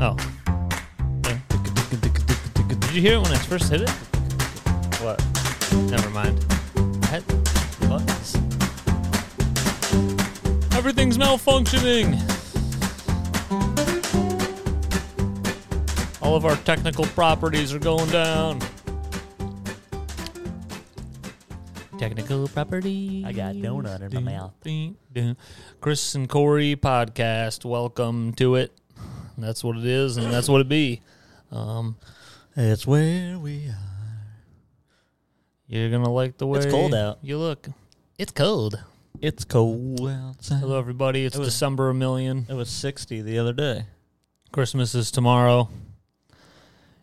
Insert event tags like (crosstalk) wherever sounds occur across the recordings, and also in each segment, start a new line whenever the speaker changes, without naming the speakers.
Oh. Yeah. Did you hear it when I first hit it? What? Never mind. That- buttons. Everything's malfunctioning. All of our technical properties are going down. Technical property.
I got donut in my mouth.
Chris and Corey podcast. Welcome to it. That's what it is, and that's what it be. Um,
It's where we are.
you're gonna like the way
It's cold out.
You look. It's cold.
It's cold outside.
Hello, everybody. It's
It was-
December a million.
It was 60 the other day.
Christmas is tomorrow.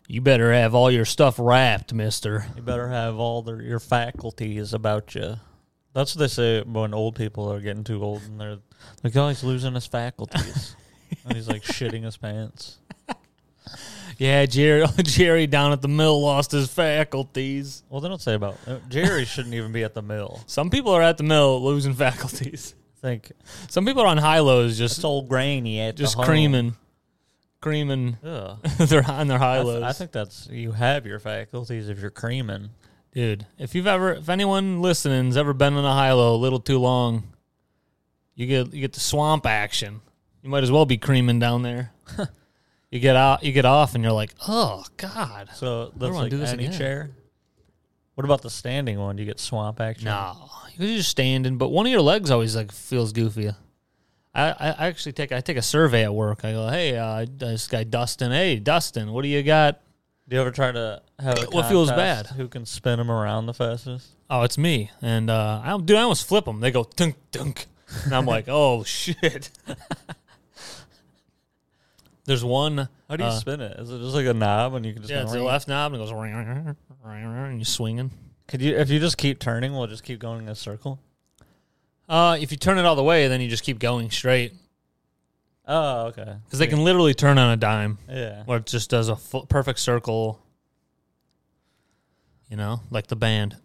You better have all your stuff wrapped, mister.
You better have all the, your faculties about you. That's what they say when old people are getting too old and they're like, oh, he's losing
(laughs)
his faculties. and he's like shitting his pants.
Yeah, Jerry, (laughs) Jerry down at the mill lost his faculties.
Well, they don't say about uh, Jerry shouldn't even be at the mill.
Some people are at the mill losing (laughs) faculties.
I think
Some people are on high lows,
it's
just
old grainy at the
just
home.
creaming, creaming. (laughs)
Ugh.
They're on their high
I,
lows.
th- I think that's you have your faculties if you're creaming.
Dude, if you've ever, if anyone listening's ever been on a high low a little too long, you get you get the swamp action. You might as well be creaming down there. (laughs) you get out, you get off, and you're like, oh god,
So
don't
that's
wanna
like
do this
any
again.
chair. What about the standing one? Do you get swamp action?
no, you're just standing. But one of your legs always like feels goofy. I, I I actually take I take a survey at work. I go, hey, uh, this guy Dustin, hey Dustin, what do you got?
Do you ever try to have a
What feels
contest
bad?
Who can spin them around the fastest?
Oh, it's me. And uh, I dude, I almost flip them. They go dunk dunk, and I'm like, oh (laughs) shit. There's one.
How do you
uh,
spin it? Is it just like a knob and you can just
Yeah, it's the
ring?
left knob and it goes ring, ring, ring, ring, and you swinging.
Could you if you just keep turning, we'll just keep going in a circle.
Uh, if you turn it all the way, then you just keep going straight
Oh, okay.
because they can literally turn on a dime,
Yeah.
where it just does a fu- perfect circle. You know, like the
(clears throat)
band.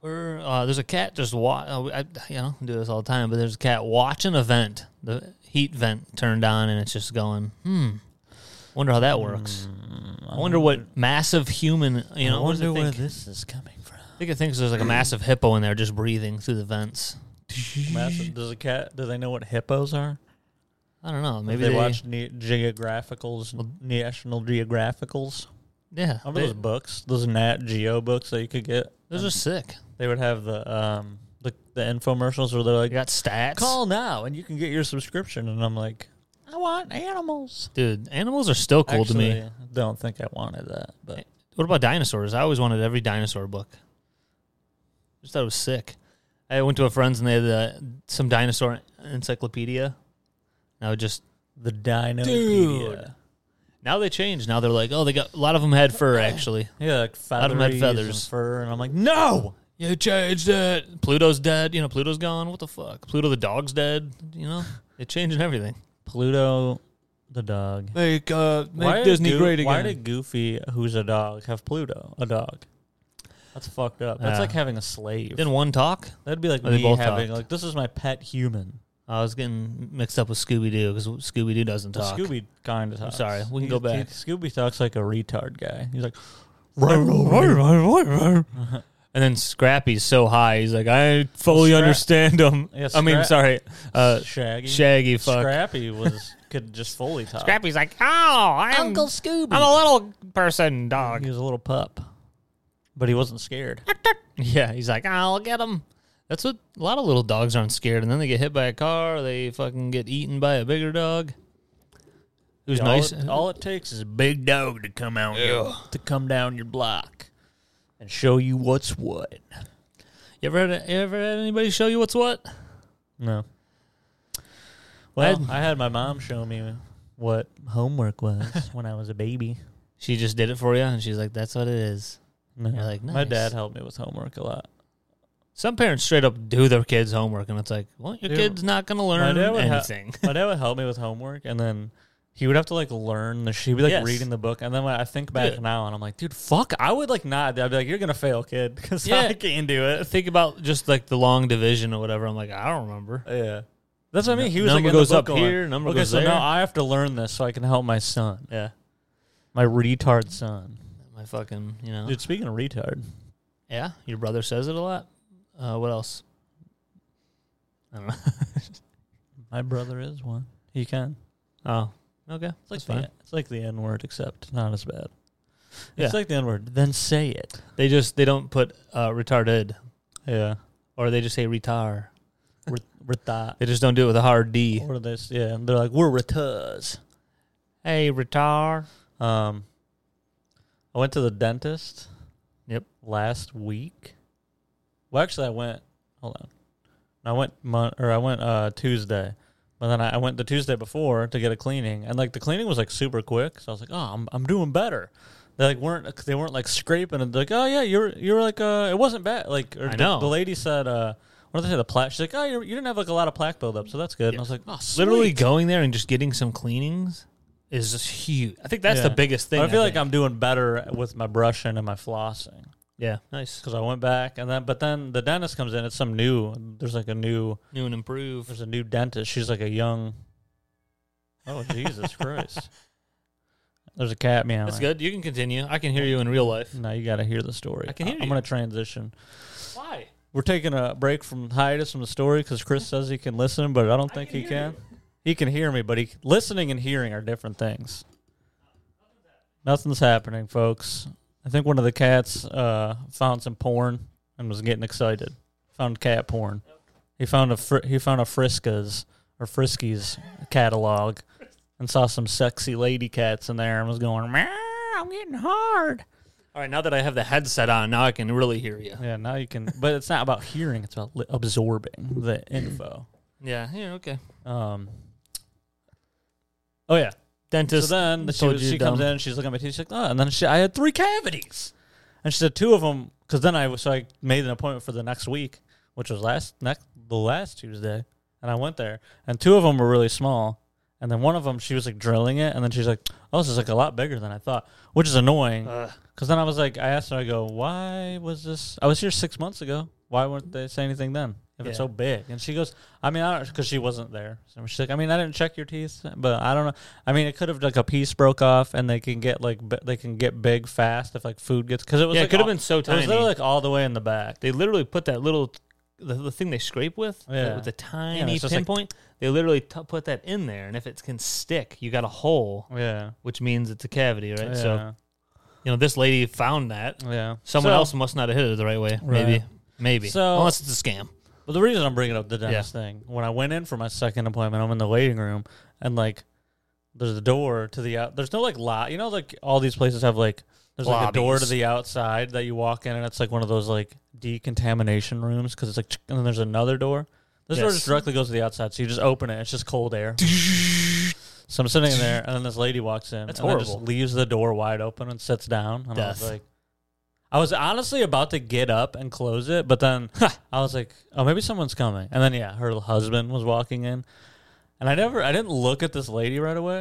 We're, uh, there's a cat just wa- uh, I, you know do this all the time, but there's a cat watching a vent, the heat vent turned on, and it's just going. Hmm. Wonder how
Hmm,
that works. I wonder what massive human you know.
I
what does it
wonder where
think?
this is coming from.
I think it thinks there's like a massive hippo in there just breathing through the vents.
Massive. Does a cat? Do they know what hippos are?
I don't know.
Maybe they, watch ne- geographicals, National Geographicals.
Yeah,
Remember
they,
those books, those Nat Geo books that you could get?
those are sick.
They would have the um the, the infomercials where they're like,
They got stats,
call now and you can get your subscription, and I'm like, I want animals.
dude. Animals are still cool to me.
Actually, Don't think I wanted that, but
What about dinosaurs? I always wanted every dinosaur book. Just thought it was sick. I went to a friend's and they had uh, some dinosaur encyclopedia. And I would just
the Dino.
Dude. now they changed. Now they're like, oh, they got a lot of them had fur actually.
Yeah, like
of 'em had
feathers,
feathers.
and fur, and I'm like, no.
You changed it. Pluto's dead. You know, Pluto's gone. What the fuck? Pluto the dog's dead. You know, they're changing everything.
Pluto, the dog.
Make uh,
did Goo- Why did Goofy, who's a dog, have Pluto, a dog? That's fucked up. That's
Yeah.
like having a slave.
Didn't one talk?
That'd be like
Or they
me
both
having
talked.
like this is my pet human.
I was getting mixed up with Scooby Doo because Scooby Doo doesn't
Well,
talk.
Scooby kind of talks.
sorry, we can
He-
go back.
he- Scooby talks like a retard guy. He's like,
(laughs) and then Scrappy's so high, he's like, I fully
Scra-
understand him.
Yeah,
I mean,
Scra-
sorry, uh,
Shaggy.
Shaggy. Fuck.
Scrappy was could just fully talk.
Scrappy's like, oh, I'm
Scooby.
I'm a little person dog.
he was a little pup, but he wasn't scared.
(laughs) Yeah, he's like, I'll get him. That's what a lot of little dogs aren't scared, and then they get hit by a car. They fucking get eaten by a bigger dog. It was
all,
nice.
It, all it takes is a big dog to come out your, to come down your block and show you what's what.
you ever had, you ever had anybody show you what's what?
No. Well,
I had-
I had my mom show me what homework was (laughs) when I was a baby.
She just did it for you, and she's like, "That's what it is."
No.
You're like,
My
nice.
dad helped me with homework a lot.
Some parents straight up do their kids' homework, and it's like, well, your
Dude,
kid's not going to learn
dad would ha-
anything. (laughs)
My dad would help me with homework, and then he would have to like learn the. She'd be like
Yes.
reading the book, and then when I think back
Yeah.
now, and I'm like, dude, fuck, I would like not. I'd be like, you're gonna fail, kid, because
Yeah.
I can't do it.
Think about just like the long division or whatever. I'm like, I don't remember.
Yeah, That's what I mean. He was
number
like, in the
goes up
book going,
here, number
okay,
goes
so
there.
now I have to learn this so I can help my son,
yeah,
my retard son.
my fucking you know.
Dude, speaking of retard,
Yeah, your brother says it a lot. Uh, what else? I don't know.
my brother is one. He can.
Oh, okay,
It's like
that's
the,
fine.
It's like the N word, except not as bad.
Yeah.
It's like the N word. Then say it.
They just they don't put uh, retarded,
Yeah.
or they just say retar.
Ret- Retard.
They just don't do it with a hard D.
Or this, yeah. And they're like, we're retards.
Hey, retar.
Um, I went to the dentist.
Yep.
Last week. Well, actually, I went. Hold on. I went mon- or I went uh, Tuesday, but then I, I went the Tuesday before to get a cleaning, and like the cleaning was like super quick, so I was like, oh, I'm I'm doing better. They like weren't they weren't like scraping and like oh yeah you're you're like uh it wasn't bad like or
I
the-
know.
the, lady said uh what did they say the plaque she's like oh you're, you didn't have like a lot of plaque buildup so that's good and I was like oh sweet.
Literally going there and just getting some cleanings is just huge. I think that's the
Yeah.
biggest thing.
I feel like
think.
I'm doing better with my brushing and my flossing
yeah, nice,
because I went back and then, but then the dentist comes in. It's some new. There's like a new.
new and improved.
There's a new dentist. She's like a young. Oh
(laughs)
Jesus Christ! There's a cat meowing.
That's good. You can continue. I can hear you in real life.
Now you got to hear the story.
I can hear
I'm
you.
gonna transition.
Why?
We're taking a break from hiatus from the story because Chris says he can listen, but I don't think he can. He can hear me, but he listening and hearing are different things. Nothing's happening, folks. I think one of the cats uh, found some porn and was getting excited. Found cat porn. He found a fr- he found a Frisca's or Friskies catalog and saw some sexy lady cats in there and was going, "Meow, I'm getting hard."
All right, now that I have the headset on, now I can really hear you.
Yeah, now you can, but it's not about hearing; it's about li- absorbing the info.
Yeah, yeah, okay.
Um. Oh yeah.
Dentist.
so then the-
told
she,
you
she
dumb.
comes in and she's looking at my teeth. She's like, oh, and then she, I had three cavities, and she said two of them because then I was- so I made an appointment for the next week, which was last next the last Tuesday, and I went there, and two of them were really small, and then one of them she was like drilling it, and then she's like, oh, this is like a lot bigger than I thought, which is annoying.
Ugh.
Because then I was like, I asked her, I go, why was this? I was here six months ago. Why weren't they saying anything then? If it's
Yeah.
so big. And she goes, I mean, I don't, because she wasn't there. So she's like, I mean, I didn't check your teeth, but I don't know. I mean, it could have, like, a piece broke off and they can get, like, bi- they can get big fast if, like, food gets, because it was,
yeah,
like,
it could have
all-
been so
It was
tiny.
literally, like, all the way in the back.
they literally put that little the, the thing they scrape with that-
Yeah.
with the tiny
it's just like-
pinpoint they literally t- put that in there and if it can stick you got a hole
Yeah.
which means it's a cavity right
yeah.
so you know this lady found that
yeah.
someone
So-
else must not have hit it the right way maybe
Right.
maybe
So-
unless it's a scam
Well, the reason I'm bringing up the dentist thing, when I went in for my second appointment, I'm in the waiting room, and like, there's a door to the out. There's no like lot. You know, like all these places have like there's like a door to
Lobbies.
the outside that you walk in, and it's like one of those like decontamination rooms because it's like, tsk, and then there's another door. This door
Yes.
just directly goes to the outside, so you just open it. It's just
(laughs)
cold air. So I'm sitting there, and then this lady walks in.
That's
and then just
horrible.
leaves the door wide open and sits down. And I was
Death.
like, I was honestly about to get up and close it, but then (laughs) I was like, oh, maybe someone's coming. And then yeah, her husband was walking in, and I never, I didn't look at this lady right away.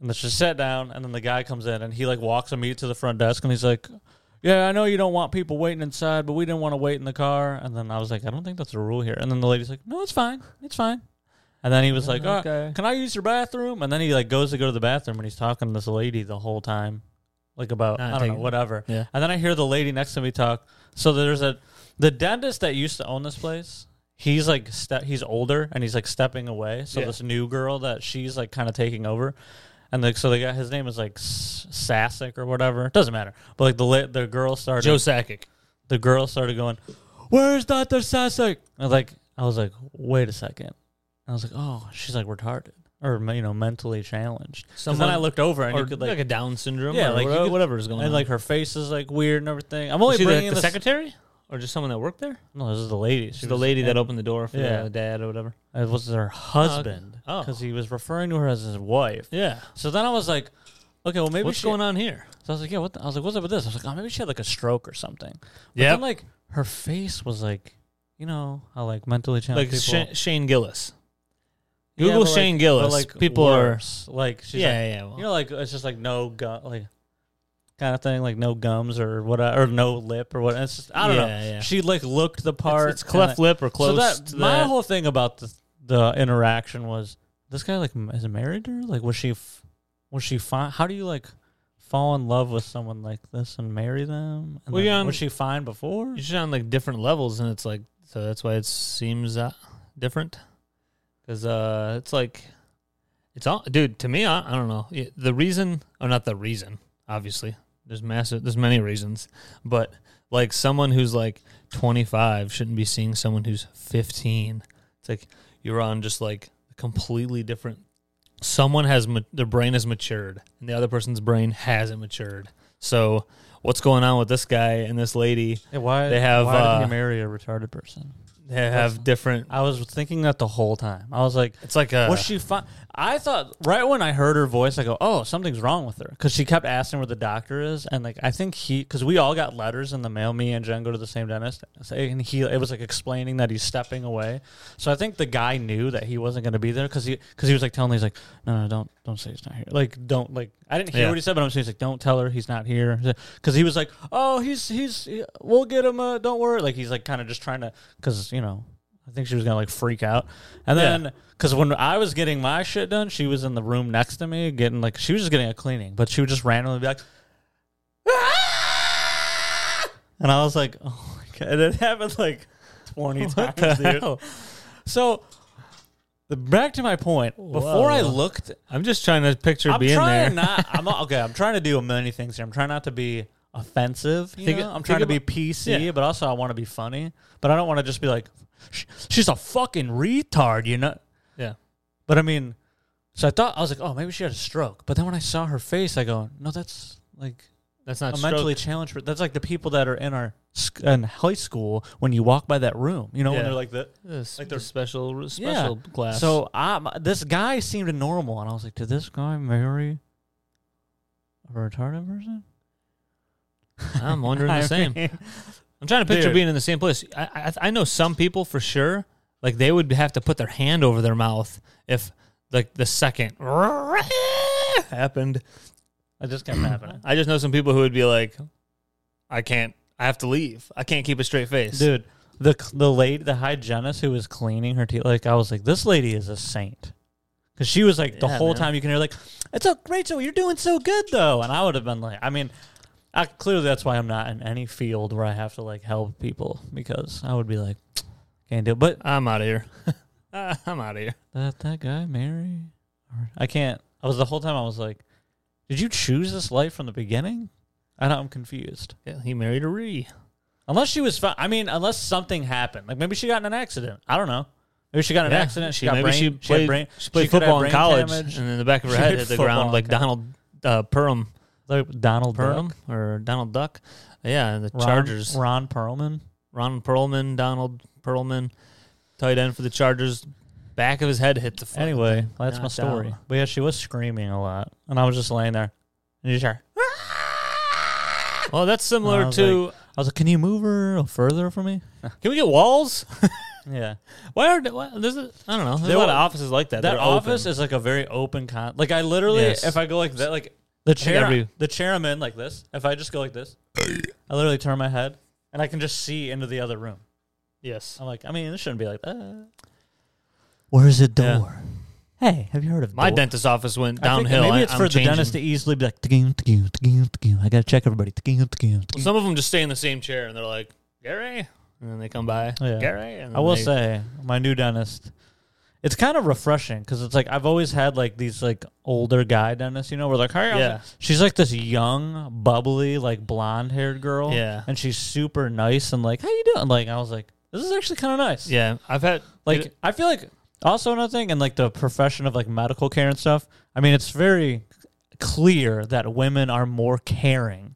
And then she sat down, and then the guy comes in, and he like walks immediately to the front desk, and he's like, yeah, I know you don't want people waiting inside, but we didn't want to wait in the car. And then I was like, I don't think that's a rule here. And then the lady's like, No, it's fine, it's fine. And then he was like, "All right,
okay.
can I use your bathroom? And then he like goes to go to the bathroom and he's talking to this lady the whole time, like about
Nah,
I don't know
Ah, take-
whatever.
yeah.
And then I hear the lady next to me talk. So there's a the dentist that used to own this place. He's like ste- he's older and he's like stepping away. So
Yeah.
this new girl that she's like kind of taking over. And like so the guy his name is like S- Sasek or whatever. It doesn't matter. But like the la- the girl started
joe sakic
the girl started going, "Where's Doctor Sasek?" I was like, I was like, wait a second. I was like, oh, she's like retarded or you know mentally challenged. 'Cause
Someone-
then I looked over and
or
you could like,
a down syndrome
Yeah,
or
like, you
whatever,
could-
whatever is going
and
on
like her face is like weird and everything. I'm only
Was she the,
bringing
the
this.
secretary or just someone that worked there
No, this is the lady. She
She's the lady that opened the door for
Yeah.
the dad or whatever
It was her husband
Oh.
because he was referring to her as his wife.
yeah
So then I was like, okay, well maybe
what's
she,
going on here
So I was like, yeah, what? The, I was like, what's up with this? I was like, oh, maybe she had like a stroke or something. But
Yep.
then like her face was like, you know, how like mentally challenged
like
people.
Sha- Shane Gillis.
Yeah,
Google
but, like-
Shane
but,
Gillis.
like,
People
worse. like
are
she's
yeah, yeah, yeah.
like,
well,
you know, like it's just like no gum, like kind of thing, like no gums or what, or no lip or what. It's just I don't know.
Yeah, yeah.
She like looked the
it's-
part.
it's cleft
and
lip or
I- So
close
that
to
my
that.
whole thing about the the interaction was this guy like m- is married to her? Like was she f- was she fine? How do you like fall in love with someone like this and marry them? And
Well,
then,
yeah, and-
was she fine before?
You're just on like different levels, and it's like so that's why it seems uh, different. Because uh, it's like it's all, dude. To me, I, I don't know Yeah, the reason, or not the reason. Obviously, there's massive, there's many reasons, but like someone who's like 25 shouldn't be seeing someone who's 15. It's like you're on just like completely different. Someone has ma- their brain has matured, and the other person's brain hasn't matured. So, what's going on with this guy and this lady?
Hey, why
They have,
why did
uh,
you marry a retarded person?
They have different.
I was thinking that the whole time. I was like,
It's like a.
was she fine? I thought right when I heard her voice, I go, oh, something's wrong with her because she kept asking where the doctor is, and like I think he because we all got letters in the mail. Me and Jen go to the same dentist, so- and he it was like explaining that he's stepping away. So I think the guy knew that he wasn't going to be there because he because he was like telling me he's like, no, no, don't don't say he's not here. Like don't like I didn't hear
Yeah.
what he said, but I'm saying he's like, don't tell her he's not here because he was like, oh, he's he's we'll get him. Uh, don't worry. Like he's like kind of just trying to because you know. I think she was gonna like freak out, and
Yeah.
then because when I was getting my shit done, she was in the room next to me getting like she was just getting a cleaning, but she would just randomly be like, "Ah!" and I was like, oh my god, and it happened like twenty
What
times.
the
dude.
hell?
So the- back to my point. Before I
Whoa.
looked,
I'm just trying to picture
I'm
being
trying
there.
not. I'm not- okay. I'm trying to do a many things here. I'm trying not to be offensive. you
Think-
know? I'm
think
trying to be
about-
PC,
yeah.
but also I want to be funny. But I don't want to just be like, "Sh- she's a fucking retard, you know.
yeah.
But I mean, so I thought I was like, oh, maybe she had a stroke. But then when I saw her face, I go, no, that's like
That's not
a
stroke.
mentally challenged. per- That's like the people that are in our sc- in high school when you walk by that room, you know, when
Yeah.
they're like that.
This,
like
like
they're-
the special special class. (laughs)
So I'm, this guy seemed normal, and I was like, did this guy marry a retarded person?
I'm wondering the same.
mean,
I'm trying to picture
Dude.
being in the same place. I, I I know some people for sure. Like they would have to put their hand over their mouth if like the second (laughs) happened.
It just kept happening,
I just know some people who would be like, I can't. I have to leave. I can't keep a straight face.
(laughs) dude. The the lady, the hygienist who was cleaning her teeth, like I was like, this lady is a saint, because she was like the
Yeah,
whole
man.
time you can hear like, it's a Rachel, you're doing so good though, and I would have been like, I mean. I, clearly, that's why I'm not in any field where I have to like help people because I would be like, can't do it. But
I'm out of here. (laughs) I'm out of here.
that that guy marry? Or- I can't. I was the whole time. I was like, did you choose this life from the beginning? I don't, I'm confused.
Yeah, he married a re.
Unless she was, fi- I mean, unless something happened. Like maybe she got in an accident. I don't know. Maybe she got in
Yeah,
an accident. She,
she-
got
maybe
brain.
she
had
played-
brain.
She played
could have
football in
brain
college,
damage.
and then the back of her
She
head
did
hit the
football
ground
in
like Donald uh, Perham,
Like Donald
Perham
Duck.
or Donald Duck. Yeah, the
Ron-
Chargers.
Ron Perlman.
Ron Perlman, Donald Perlman, tight end for the Chargers. Back of his head hit the. Fucking
Anyway, that's my
knocked
story.
out.
But yeah, she was screaming a lot, and I was just laying there. And you just hear,
Well, that's
I
similar
was
to.
I was like, "Can you move her further from me?"
can we get
(laughs)
walls?
Yeah.
Why are why, there's a I don't know. There's
There
a lot
were-
of offices like that.
that
They're
office
open.
is like a very open con. Like I literally,
Yes.
if I go like that, like the chair,
every-
the chair I'm in like this. If I just go like this, I literally turn my head and I can just see into the other room.
yes.
I'm like, I mean, this shouldn't be like that. Where's the door? Hey, have you heard of
My
door?
dentist office went
I think-
downhill.
Maybe it's
I, am
for
changing.
the dentist to easily be like, "Tgum, tgum, tgum, tgum." I gotta check everybody. Tgum, tgum, tgum.
Some of them just stay in the same chair and they're like Gary, and then they come by
Yeah.
Gary. And
I
then
will
they-
say, my new dentist, it's kind of refreshing because it's like I've always had like these like older guy dentists, you know, we're like, hey, I'm-"
Yeah.
she's like this young, bubbly, like blonde haired girl,
Yeah.
and she's super nice and like, how you doing? Like, I was like, this is actually kind of nice.
yeah, I've had
Like, I feel like also another thing, and like the profession of like medical care and stuff. I mean, it's very clear that women are more caring.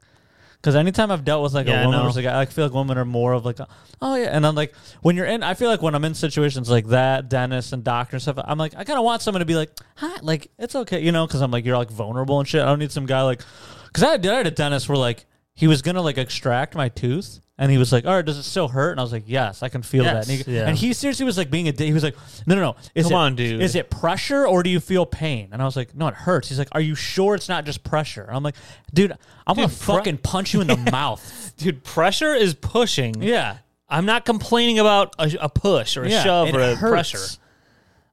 Because anytime I've dealt with like
Yeah, I
a woman
know.
versus a guy, I feel like women are more of like, oh yeah, and I'm like, when you're in, I feel like when I'm in situations like that, dentist and doctor and stuff, I'm like, I kind of want someone to be like, hi, like it's okay, you know, because I'm like, you're like vulnerable and shit. I don't need some guy like, because I did I had a dentist where like he was gonna like extract my tooth, and he was like, all right, does it still hurt? And I was like, yes, I can feel that. And
Yes,
he,
yeah.
and he seriously was like being a dick. He was like, no, no, no, is
Come
it-
on, dude.
is it pressure or do you feel pain? And I was like, no, it hurts. He's like, are you sure it's not just pressure? And I'm like, dude, I'm gonna
Dude, pre-
fucking punch you in the
(laughs)
mouth.
dude, pressure is pushing.
Yeah.
I'm not complaining about a, a push or a
yeah,
shove
it
or a
hurts.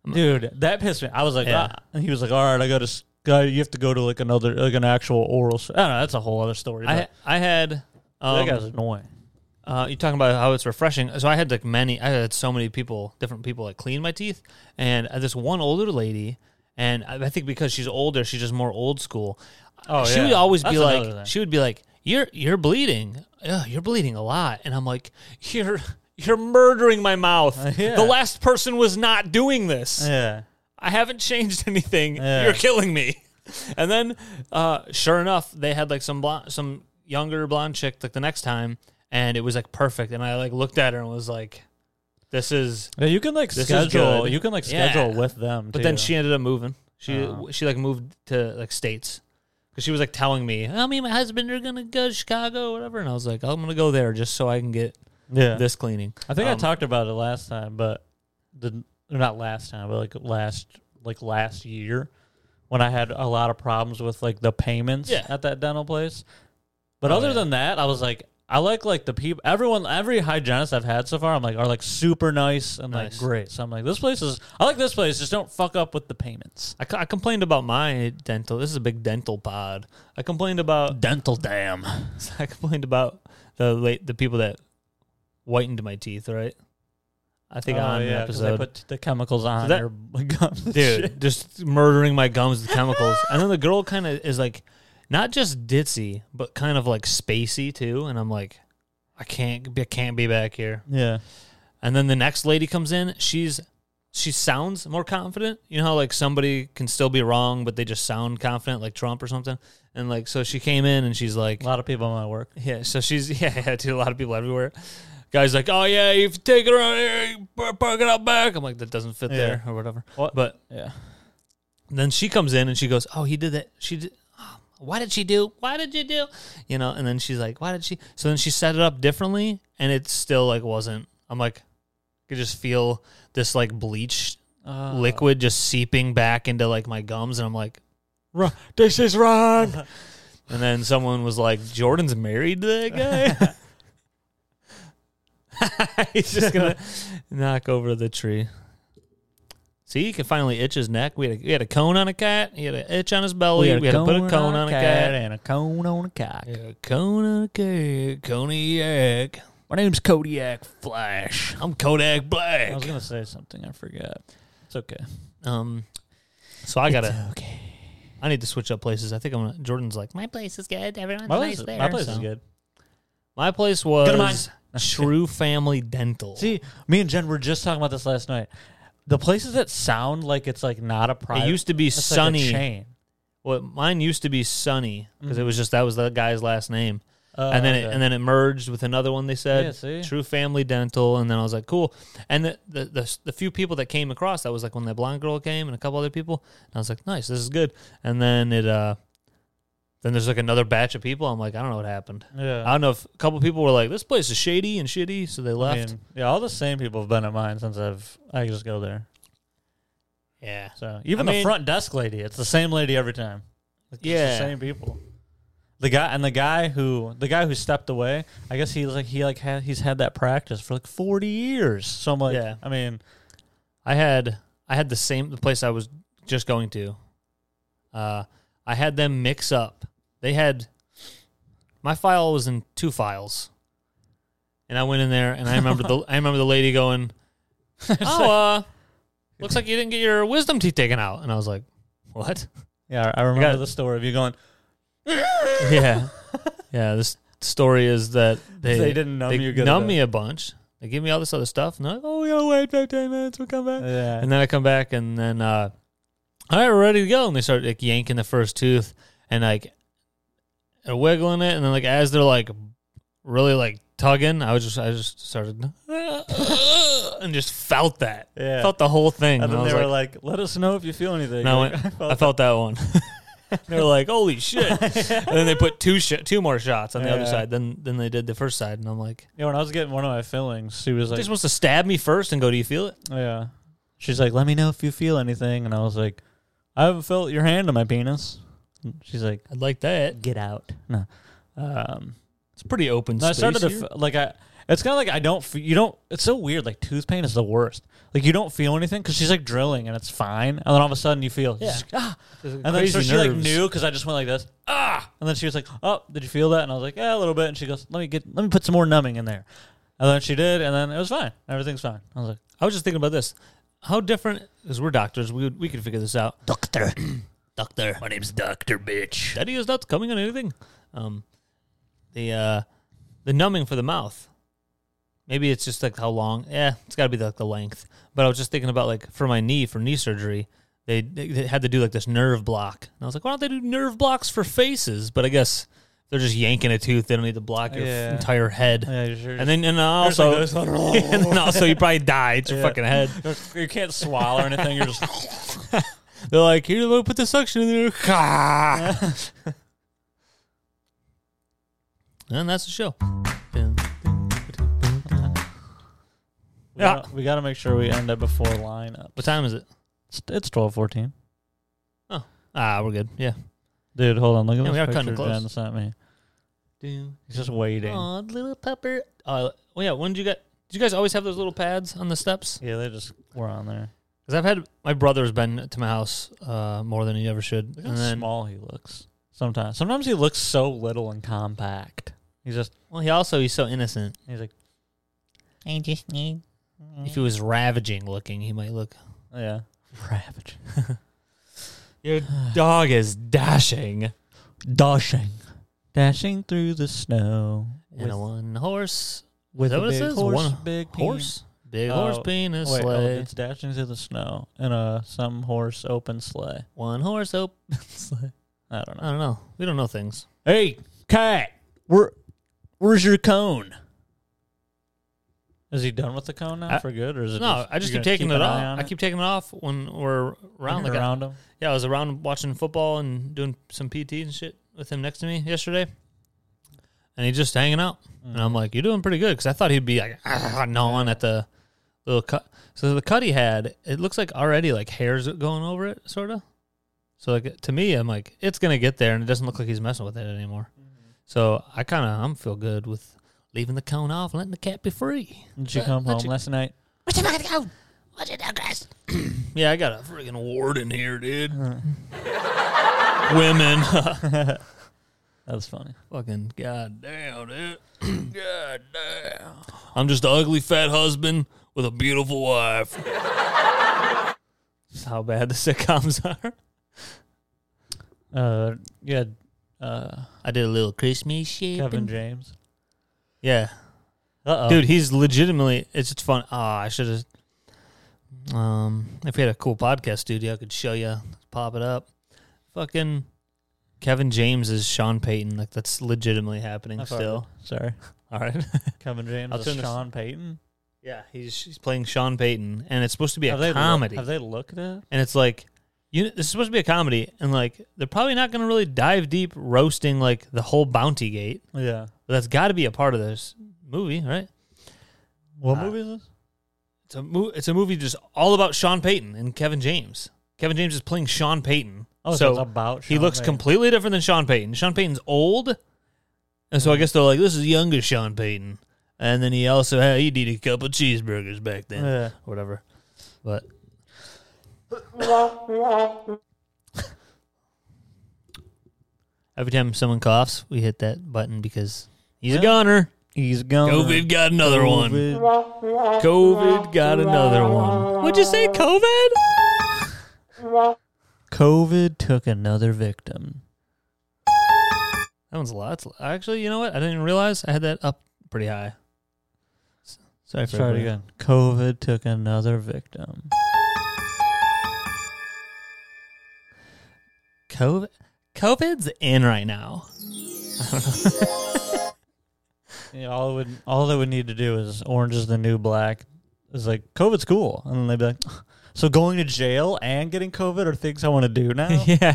pressure.
Dude, that pissed me. I was like,
Yeah.
ah. and he was like, all right, I got to, guy, you have to go to like another, like an actual oral. s- I don't know. That's a whole other story.
I
but
I had
that
um,
guy's annoying.
Uh, you're talking about how it's refreshing. So I had like many, I had so many people, different people that clean my teeth, and uh, this one older lady, and I I think because she's older, she's just more old school.
Oh,
she would
yeah.
always
That's
be
another
like,
thing.
she would be like, "You're you're bleeding, Ugh, you're bleeding a lot," and I'm like, "You're (laughs) you're murdering my mouth.
(laughs) yeah.
The last person was not doing this.
Yeah.
I haven't changed (laughs) anything.
Yeah.
You're killing me. (laughs) And then, uh, sure enough, they had like some blonde, some younger blonde chick like the next time, and it was like perfect. And I like looked at her and was like, "This is."
Yeah, you can like
This is
schedule.
good.
You can like
Yeah.
schedule with them.
But
too.
then she ended up moving. She
Oh.
she like moved to like states because she was like telling me, "I mean, my husband are gonna go to Chicago, whatever." And I was like, "Oh, "I'm gonna go there just so I can get
yeah.
this cleaning."
I think I
um,
talked about it last time, but the not last time, but like last like last year when I had a lot of problems with like the payments
Yeah.
at that dental place. But
Oh,
other
yeah.
than that, I was like I like like the people everyone every hygienist I've had so far I'm like are like super nice and
Nice.
like great. So I'm like this place is I like this place just don't fuck up with the payments.
I, co- I complained about my dental. This is a big dental pod. I complained about
Dental dam.
(laughs) I complained about the late the people that whitened my teeth, right? I think on an
Oh, they
episode,
put the chemicals on
that-
their (laughs) gums. and (laughs) shit.
dude, just murdering my gums with chemicals, and then the girl kind of is like, not just ditzy, but kind of like spacey too, and I'm like, I can't, be, I can't be back here.
Yeah.
And then the next lady comes in, she's. She sounds more confident. You know how like somebody can still be wrong, but they just sound confident, like Trump or something. And like, so she came in and she's like,
A lot of people in my work.
Yeah, so she's (laughs) yeah, yeah, dude. A lot of people everywhere. Guys like, oh yeah, you take it around here, you par- park it out back. I'm like, that doesn't fit
Yeah.
there or whatever.
What?
But
Yeah.
then she comes in and she goes, oh, he did that. She did. oh, Why did she do? Why did you do? You know, and then she's like, "Why did she?" So then she set it up differently, and it still like wasn't. I'm like, I could just feel this like bleach
Uh,
liquid just seeping back into like my gums, and I'm like,
Ru- This is wrong.
And then someone was like, "Jordan's married to that guy." (laughs) He's just gonna knock over the tree. See, he can finally itch his neck. We had a, we had a cone on a cat. He had an itch on his belly. We had, to put a cone on a cat.
and a cone on a cock.
Yeah, cone on a cat. Coniac.
My name's Kodiak Flash.
I'm Kodak
I was
Black.
gonna say something, I forgot. It's okay.
Um, so I gotta.
okay.
I need to switch up places. I think I'm. Gonna, Jordan's like, my place is good. Everyone's
My
nice
place,
there.
my place is
so.
good.
My place
to mine.
was True Family Dental.
See, me and Jen were just talking about this last night. The places that sound like it's like not a private.
it used to be
it's like a
sunny.
chain.
Well, mine used to be Sunny because it was just that was the guy's last name,
Uh,
and then it,
Mm-hmm. okay.
and then it merged with another one. They
Yeah,
said
see?
True Family Dental, and then I was like, cool. And the, the the the few people that came across that was like when that blonde girl came and a couple other people, and I was like, nice, this is good. And then it uh, then there's like another batch of people. I'm like, I don't know what happened. I
yeah.
don't know if a couple people were like, this place is shady and shitty, so they
I
left.
mean, yeah, all the same people have been at mine since I've. I just go there.
yeah,
So even
I
the
mean-
front desk lady, it's the same lady every time. It's just
Yeah.
the same people. The guy and the guy who the guy who stepped away, I guess he like he like had, he's had that practice for like forty years. So I'm like,
Yeah.
I mean,
I had I had the same the place I was just going to. Uh, I had them mix up. They had my file was in two files, and I went in there and I remember
(laughs)
the I remember the lady going, "Oh, uh, looks like you didn't get your wisdom teeth taken out," and I was like,
(laughs)
"What?"
yeah, I remember
got-
the story of you going.
yeah, yeah. This story is that they
They didn't numb
they
you good
numb
enough.
me a bunch. They give me all this other stuff, and they're like, "Oh, we gotta wait fifteen minutes. We'll come back."
(laughs) Yeah,
And then I come back and then uh all right, we're ready to go. And they start like yanking the first tooth and like uh, wiggling it and then like as they're like really like tugging, I was just I just started (laughs) and just felt that.
yeah.
Felt the whole thing.
and
And
then
I was
they were
like,
like, "Let us know if you feel anything." (laughs)
No,
You're like,
I felt that
(laughs)
one. they were like, "Holy shit!" and then they put two sh- two more shots on the other
Yeah.
side than than they did the first side, and I'm like,
you know, when I was getting one of my fillings, she was like,
"Just wants to stab me first and go, do you feel it?"
"Yeah." She's like, "Let me know if you feel anything," and I was like, "I haven't felt your hand on my penis." She's like,
I'd like that.
"Get out." No. Um,
It's pretty open.
No, I
space
started to
here.
f- like I It's kind of like I don't. F- you don't. It's so weird. Like tooth pain is the worst. Like you don't feel anything because she's like drilling and it's fine, and then all of a sudden you feel.
Yeah.
she's like, ah.
There's
And then
crazy
so she like
nerves.
knew because I just went like this. Ah. And then she was like, "Oh, did you feel that?" And I was like, "Yeah, a little bit." And she goes, "Let me get. Let me put some more numbing in there." And then she did, and then it was fine. Everything's fine. I was like,
I was just thinking about this. How different? Because we're doctors, we would, we could figure this out.
(clears throat) "Doctor,
(clears throat) Doctor,
my name's Doctor Bitch."
daddy is not coming on anything. Um, the uh, the numbing for the mouth. Maybe it's just like how long. Yeah, it's got to be like the length. But I was just thinking about like for my knee for knee surgery, they, they they had to do like this nerve block, and I was like, why don't they do nerve blocks for faces? But I guess they're just yanking a tooth. They don't need to block your
Yeah.
f- entire head.
Yeah, you sure.
And then and also
There's like (laughs) those-
(laughs) and then also you probably die. It's your
Yeah.
fucking
(laughs)
head.
you can't swallow or anything. You're just
(laughs) They're like, here, let me put the suction in there.
(laughs)
(laughs) and that's the show.
we gotta, we gotta make sure we end it before lineup.
What time is it?
It's, it's twelve fourteen.
Ah, we're good. Yeah.
Dude, hold on. Look at
Yeah, we are
this
cutting
picture
close.
Jen sent me. He's just waiting.
Aw, little pupper. Uh, well, yeah. When did you get? Did you guys always have those little pads on the steps?
Yeah, they just were on there.
Because I've had my brother's been to my house uh, more than he ever should,
Look how
and then
small he looks. Sometimes, sometimes he looks so little and compact. He's just.
well, he also he's so innocent.
He's like, mm,
I just need.
If he was ravaging looking, he might look.
oh, yeah.
(laughs)
Ravage.
Your dog is dashing
(sighs) Dashing, dashing through the snow
in a one horse
with
that
a
what it
big
says?
horse,
One
big
horse, big
Oh,
horse
Wait,
penis
oh,
sleigh.
it's dashing through the snow in a some horse
(laughs)
open sleigh. (laughs)
One horse open sleigh.
I don't know.
I don't know. We don't know things.
Hey, cat, where, where's your cone? Is he done with the cone now
I-
for good, or is it?
No, I just
you're
keep
gonna
taking
keep
it
an eye on
off. I keep taking it off when we're around.
You're
Like I,
around him.
yeah, I was around watching football and doing some PT and shit with him next to me yesterday, and he's just hanging out. And I'm like, "You're doing pretty good," because I thought he'd be like ah, gnawing at the little cut. So the cut he had, it looks like already like hairs going over it, sort of. So like to me, I'm like, it's gonna get there, and it doesn't look like he's messing with it anymore. So I kind of I'm feel good with leaving the cone off, and letting the cat be free. (laughs)
Did you
Let-
come
let
home
you-
last night?
What's the fucking go? What's it down, guys?
Yeah, I got a freaking award in here, dude. Women,
That's funny.
fucking goddamn, dude. (clears throat) goddamn. I'm just an ugly fat husband with a beautiful wife. That's how bad the sitcoms are.
Uh, yeah, uh,
I did a little Christmas shit.
Kevin James.
Yeah.
Uh oh,
Dude, he's legitimately. It's just fun. Ah, I should have. Um, if we had a cool podcast studio, I could show you. Pop it up. Fucking Kevin James is Sean Payton. Like that's legitimately happening still.
Sorry,
All right.
(laughs)
(laughs)
Kevin James.
I'll
is
turn this-
Sean Payton.
yeah, he's he's playing Sean Payton, and it's supposed to be a
have they loo-
comedy.
have they looked at?
and it's like you this is supposed to be a comedy and like they're probably not going to really dive deep roasting like the whole bounty gate
Yeah.
but that's got to be a part of this movie right
What
Uh,
movie is this?
it's a mo- it's a movie just all about Sean Payton and Kevin James Kevin James is playing Sean Payton
Oh, so, it's
so
about.
he
Sean
looks
Payton.
completely different than Sean Payton Sean Payton's old and so I guess they're like this is younger Sean Payton and then he also had he would eat a couple cheeseburgers back then
Yeah.
or whatever but Every time someone coughs, we hit that button because he's a
Yeah.
goner.
He's gone.
COVID got another one.
COVID.
COVID got another one. Would you say COVID?
COVID took another victim.
That one's a lot. It's- Actually, you know what? I didn't even realize I had that up pretty high. S- Sorry
Let's
for
try it
everybody.
again. COVID took another victim.
COVID. COVID's in right now.
Yeah, all it would all they would need to do is orange is the new black. It's like COVID's cool, and then they'd be like, (laughs) so going to jail and getting COVID are things I want to do (laughs) now.
(laughs) yeah.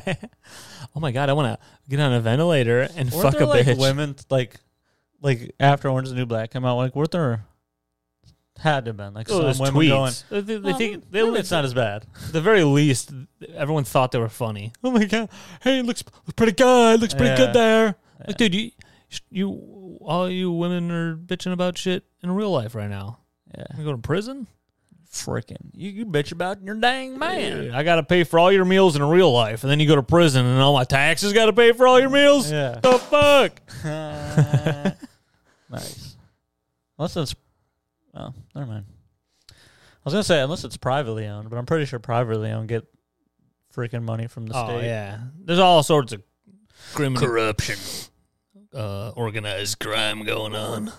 Oh my god, I want to get on a ventilator and
Weren't
fuck
there
a
like
bitch.
women like like after Orange is the New Black came out? Like, weren't there had to been like
Oh, those
some women going?
tweets. They, they
"Oh,
think they,
maybe it's not as bad.
At the very least, everyone thought they were funny.
Oh my god! Hey, it looks
Pretty good. Looks pretty
Yeah.
good there. Like, dude, you sh- you all you women are bitching about shit in real life right now.
Yeah.
You go to prison,
Freaking. You, you bitch about your dang man.
I gotta pay for all your meals in real life, and then you go to prison, and all my taxes gotta pay for all your meals.
Yeah.
The fuck?
Uh, (laughs) nice. Unless it's, well, never mind. I was gonna say unless it's privately owned, but I'm pretty sure privately owned get freaking money from the
oh
state.
yeah, there's all sorts of criminal
Corruption.
uh, organized crime going on.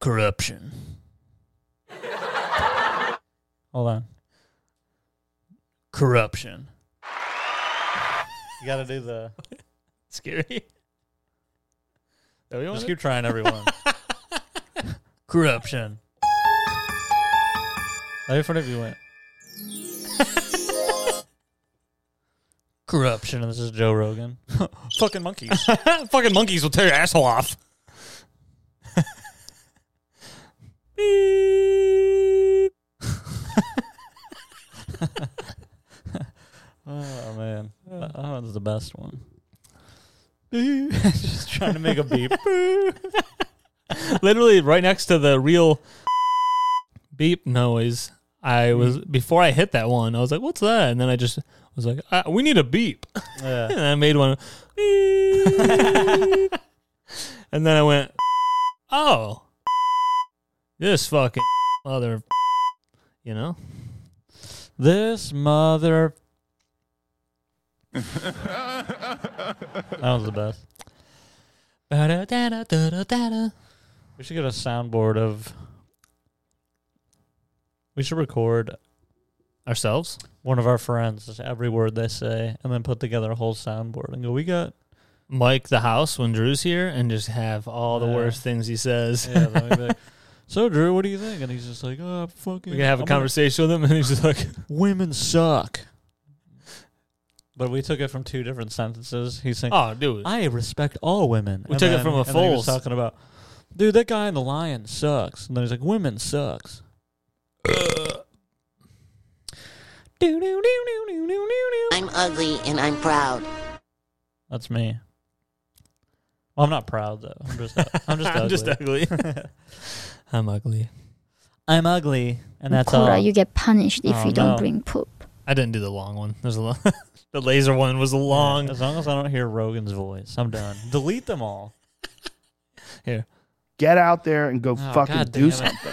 Corruption.
Hold on,
Corruption.
you gotta do the.
(laughs) Scary.
Just keep trying, (laughs) everyone.
Corruption.
right in front of you went
Corruption.
(laughs) corruption, and this is Joe Rogan. (laughs) Fucking monkeys.
Fucking monkeys will tear your asshole off.
(laughs) oh man, that that one's the best one. (laughs) Just trying to make a beep.
(laughs) Literally right next to the real beep noise. I was before I hit that one. I was like, "What's that?" And then I just was like, uh, "We need a beep."
(laughs) Yeah.
And I made
(laughs)
one. Beep. and then I went, "Oh, this fucking mother," you know.
This mother. that was the best. We should get a soundboard of. We should record
Ourselves.
one of our friends just every word they say, and then put together a whole soundboard and go.
(laughs)
We got
Mike the house when Drew's here and just have all the
Yeah.
worst things he says.
yeah. then we'd be like, so Drew, what do you think? And he's just like, oh fucking.
We can have a
I'm gonna-
conversation with him and he's just
(laughs)
like,
Women suck. But we took it from two different sentences. He's saying,
"Oh, dude,
I respect all women.
We took it from a
and then he was
Foles.
talking about, dude, that guy in the lion sucks. And then he's like, women sucks. That's
I'm ugly and I'm proud.
me. Well, I'm not proud though.
(laughs)
I'm just, I'm just ugly.
I'm just ugly.
(laughs)
I'm ugly.
I'm ugly, and that's
Cora,
all.
you get punished if
Oh,
you don't
no.
bring poop.
I didn't do the long one. There's a long, (laughs) the laser one was long.
As long as I don't hear Rogan's voice, I'm done. Delete them
(laughs)
all.
Get out there and go
Oh,
fucking
God damn
do
it.
something.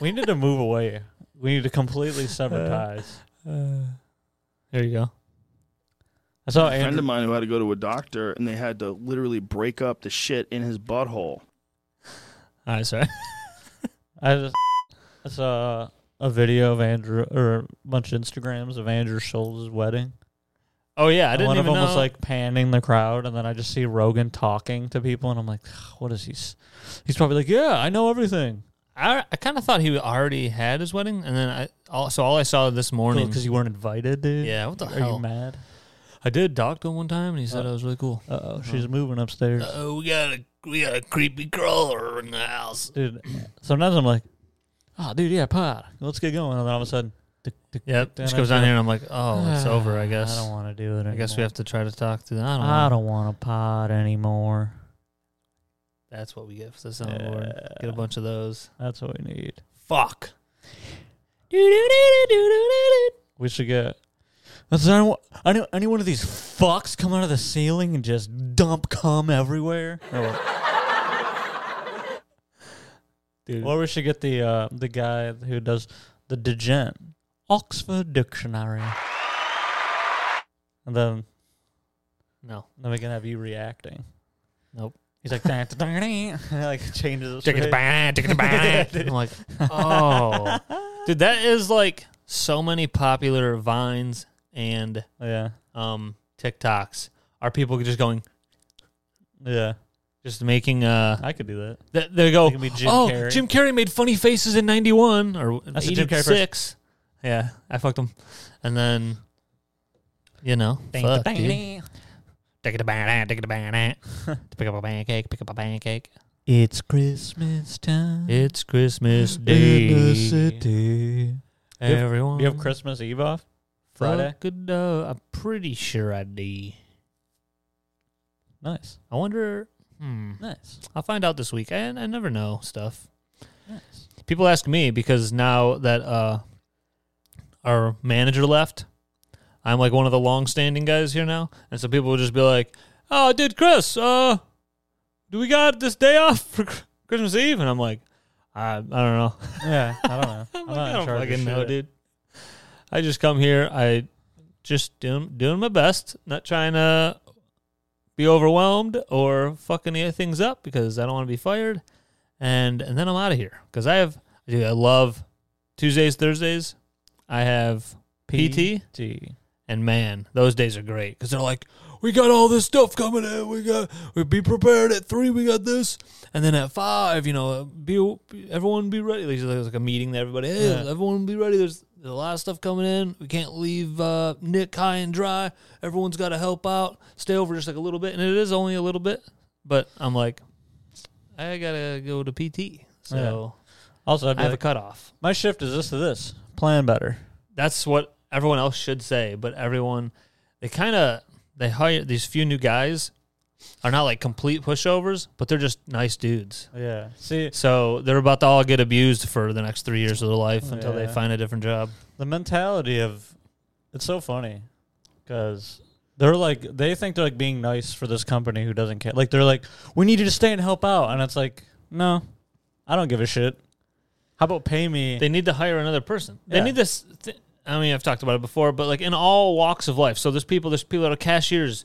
We need to move away. We need to completely
(laughs)
sever ties.
There you go.
I saw
a Uh, friend of
Andrew.
mine who had to go to a doctor and they had to literally break up the shit in his butthole.
All right, sorry.
I just I saw a video of Andrew or a bunch of Instagrams of Andrew Schultz's wedding.
Oh yeah, I
And
didn't
one
even
of them
know.
was like panning the crowd, and then I just see Rogan talking to people, and I'm like, what is he? s- He's probably like, yeah, I know everything.
I, I kind of thought he already had his wedding, and then I all, so all I saw this morning.
Because you weren't invited, dude.
yeah, what the
Are
hell?
you mad?
I did talk to him one time, and he said I was really cool.
Uh oh, she's moving upstairs.
Oh, we got a we got a creepy crawler in the house.
Dude, sometimes I'm like, oh, dude, yeah, pod. Let's get going. And then all of a sudden, tick, tick,
Yep,
tick,
just
down
goes
I
down
go,
here, and I'm like, oh, (sighs) it's
"Ah,
over. I guess.
(sighs) I don't want to do it anymore.
I guess we have to try to talk to. I don't.
I
know.
don't want a pod anymore.
That's what we get for the soundboard. Get a bunch of those.
That's what we need.
Fuck.
(laughs) We should get. That's not what- I know any one of these fucks come out of the ceiling and just dump cum everywhere. Or what?
Dude.
Or we should get the uh, the guy who does the degent Oxford Dictionary, and then
No.
then we can have you reacting.
Nope.
He's like "Dun, dun, (laughs) dun, dun," and, like changes.
Take it to
(laughs)
back,
back.
take it to (laughs) back. I'm like, oh. Dude, that is like so many popular vines and
Yeah,
um TikToks. Are people just going
yeah.
just making uh
I could do that.
th- they go
It could be Jim
oh,
Carrey."
Jim Carrey made funny faces in 91 or
That's a Jim Carrey
86. Yeah, I fucked him. And then you know, fuck, dude. Take it to back, take it to back. Pick up a pancake, pick up a pancake.
It's Christmas time.
It's Christmas Day.
in the city.
Everyone.
You have Christmas Eve off? Friday?
Good. Uh, I'm pretty sure I do.
Nice.
I wonder. Hmm.
Nice.
I'll find out this week. I, I never know stuff.
Nice.
People ask me because now that uh, our manager left, I'm like one of the long-standing guys here now, and so people will just be like, "Oh, dude, Chris, uh, do we got this day off for Chr- Christmas Eve?" And I'm like, "I, I don't know.
Yeah, I don't know. I'm
I'm like,
not
I
in
don't
charge of
fucking know,
shit.
dude. I just come here. I just doing doing my best, not trying to be overwhelmed or fuck any of things up because I don't want to be fired. And and then I'm out of here because I have dude, I love Tuesdays, Thursdays. I have PT
P.T.
and man, those days are great because they're like, we got all this stuff coming in. We got we be prepared at three. We got this, and then at five, you know, be everyone be ready. There's there's like a meeting that everybody, hey,
Yeah.
everyone be ready. There's, there's a lot of stuff coming in. We can't leave uh, Nick high and dry. Everyone's got to help out. Stay over just like a little bit, and it is only a little bit, but I'm like, I gotta go to PT, so
Also, I'd
I
be
have a
like,
cutoff.
my shift is this to this. Plan better.
that's what everyone else should say, but everyone they kind of they hire these few new guys are not like complete pushovers, but they're just nice dudes.
Yeah. See,
So they're about to all get abused for the next three years of their life until they
Yeah.
find a different job.
the mentality of it's so funny because they're like they think they're like being nice for this company who doesn't care. Like they're like, we need you to stay and help out, and it's like, no, I don't give a shit. How about pay me?
They need to hire another person. They
Yeah.
need this. Th- I mean, I've talked about it before, but like in all walks of life. So there's people, there's people that are cashiers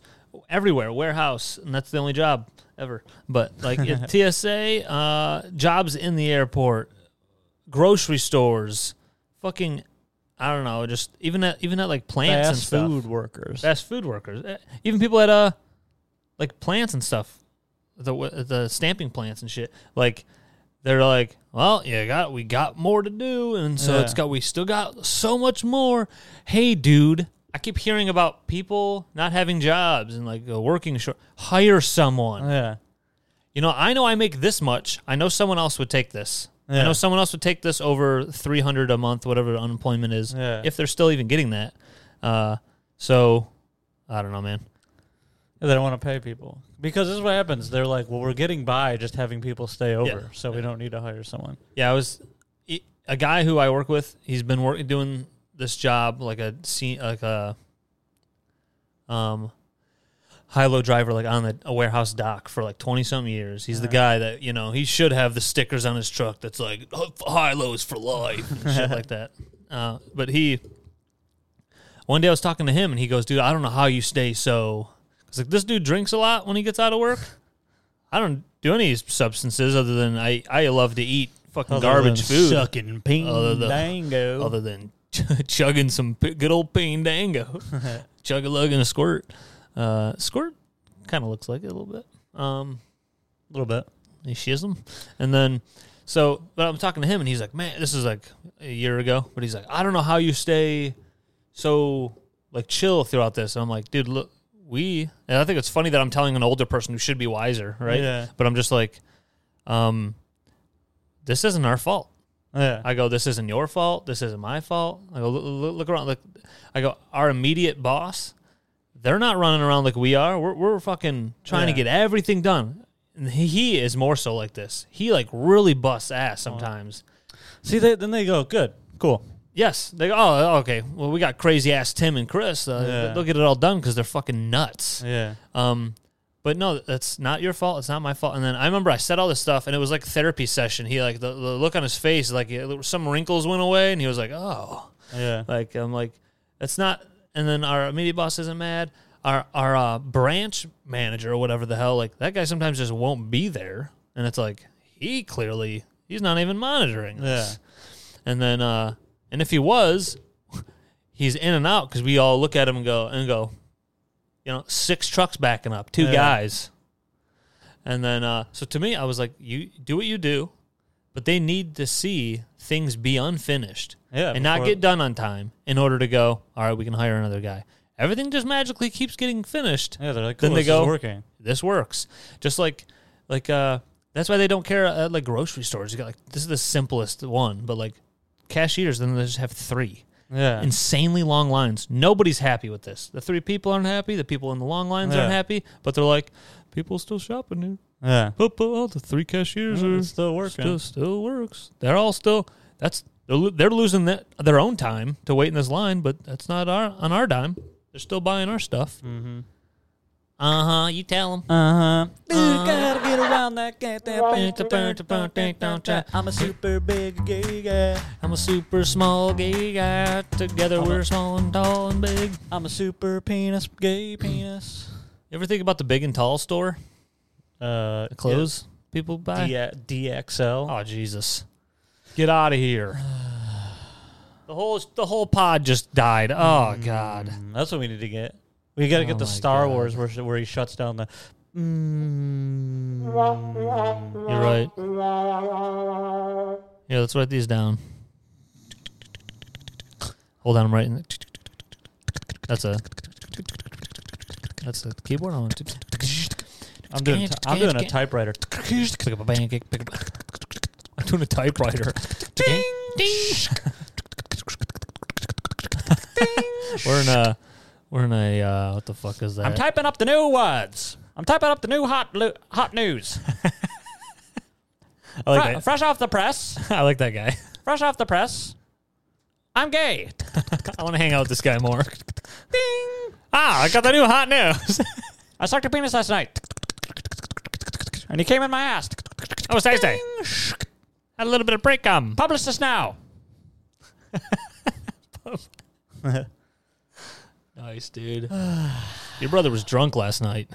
everywhere, warehouse, and that's the only job ever. But like
(laughs)
at TSA, uh, jobs in the airport, grocery stores, fucking, I don't know, just even at even at like plants and
fast
stuff,
food workers.
fast food workers, Eh, even people at uh, like plants and stuff, the the stamping plants and shit, like they're like, well, yeah, got we got more to do, and so it's
Yeah.
got we still got so much more. Hey, dude, I keep hearing about people not having jobs and like uh, working short. Hire someone.
yeah.
You know, I know I make this much. I know someone else would take this. I
Yeah.
know someone else would take this over three hundred a month, whatever unemployment is,
Yeah.
if they're still even getting that. Uh, so I don't know, man.
They don't want to pay people because this is what happens. They're like, well, we're getting by just having people stay over,
Yeah.
so we don't need to hire someone.
Yeah, I was he- a guy who I work with. He's been working doing this job like a se- like a um high low driver like on the, a warehouse dock for like 20 something years. He's the guy that, you know, he should have the stickers on his truck that's like high lows for life and shit like that. (laughs) Uh, but he one day I was talking to him and he goes, "Dude, I don't know how you stay so." Cuz like this dude drinks a lot when he gets out of work. I don't do any substances other than I I love to eat fucking garbage food
sucking ping
Other than-
dango.
other than (laughs) ch- chugging some p- good old peen
(laughs)
dango, chug a lug and a squirt. Uh, squirt kind of looks like it a little bit. Um,
a little bit.
a schism, and then so. But I'm talking to him, and he's like, "Man, this is like a year ago." But he's like, "I don't know how you stay so like chill throughout this." And I'm like, "Dude, look, we." And I think it's funny that I'm telling an older person who should be wiser, right?
Yeah.
But I'm just like, um, this isn't our fault.
Yeah.
I go, this isn't your fault. This isn't my fault. I go, look, look, look around. Look. I go, our immediate boss, they're not running around like we are. We're, we're fucking trying to
Yeah.
get everything done. And he, he is more so like this. He like really busts ass sometimes.
See, they, then they go, good, cool.
Yes, they go. Oh, okay. Well, we got crazy ass Tim and Chris. Uh,
Yeah.
They'll get it all done because they're fucking nuts.
Yeah.
Um, but no, that's not your fault. It's not my fault. And then I remember I said all this stuff, and it was like therapy session. He like the, the look on his face, like it, some wrinkles went away, and he was like, "Oh,
Yeah.
like I'm like, it's not. And then our immediate boss isn't mad. Our our uh, branch manager or whatever the hell, like that guy sometimes just won't be there, and it's like he clearly he's not even monitoring this. And then uh, and if he was, (laughs) he's in and out because we all look at him and go and go, you know, six trucks backing up, two
Yeah.
guys. And then uh, so to me, I was like, you do what you do, but they need to see things be unfinished
Yeah.
and not
before-
get done on time in order to go, all right, we can hire another guy. Everything just magically keeps getting finished.
Yeah, they're like,
then
cool,
they
this is
go-
working.
This works. Just like, like, uh, that's why they don't care at like grocery stores. You got like, this is the simplest one, but like cashiers, then they just have three
Yeah.
insanely long lines. Nobody's happy with this. The three people aren't happy. The people in the long lines
Yeah.
aren't happy, but they're like,
People still shopping there.
Yeah.
Papa, all oh, the three cashiers
Mm,
are
it's still working.
Still, still works.
They're all still. That's they're, lo- they're losing that, their own time to wait in this line, but that's not our on our dime. They're still buying our stuff. Mm-hmm. Uh huh. You tell them.
Uh huh.
Uh-huh.
gotta get around that goddamn. thing. I'm a super big gay guy.
I'm a super small gay guy. Together
I'm a-
we're small and tall and big.
I'm a super penis, gay penis.
You ever think about the big and tall store?
Uh,
The clothes people buy.
D- DXL.
Oh Jesus! Get out of here. (sighs) The whole the whole pod just died. Oh God!
Mm, That's what we need to get. We got to get
Oh
the
my
Star
God.
Wars where, where he shuts down the. Mm.
You're right. Yeah, let's write these down. Hold on, I'm writing. That's a. That's a keyboard. on.
I'm doing. T- I'm doing a typewriter.
Pick up a pancake. Pick up. I'm doing a typewriter. Ding ding. we're in a. We're in a. Uh, what the fuck is that?
I'm typing up the new words. I'm typing up the new hot lo- hot news.
I
Fre-
like that.
fresh off the
(laughs)
press.
I like that guy.
Fresh off the press. I'm gay.
I want to hang out with this guy more. Ding. Ah, I got the new hot news. (laughs)
I sucked a penis last night. And he came in my ass.
Oh, it's Thursday. Had a little bit of break um.
Publish this now.
Nice, (sighs) dude. Your brother was drunk last night.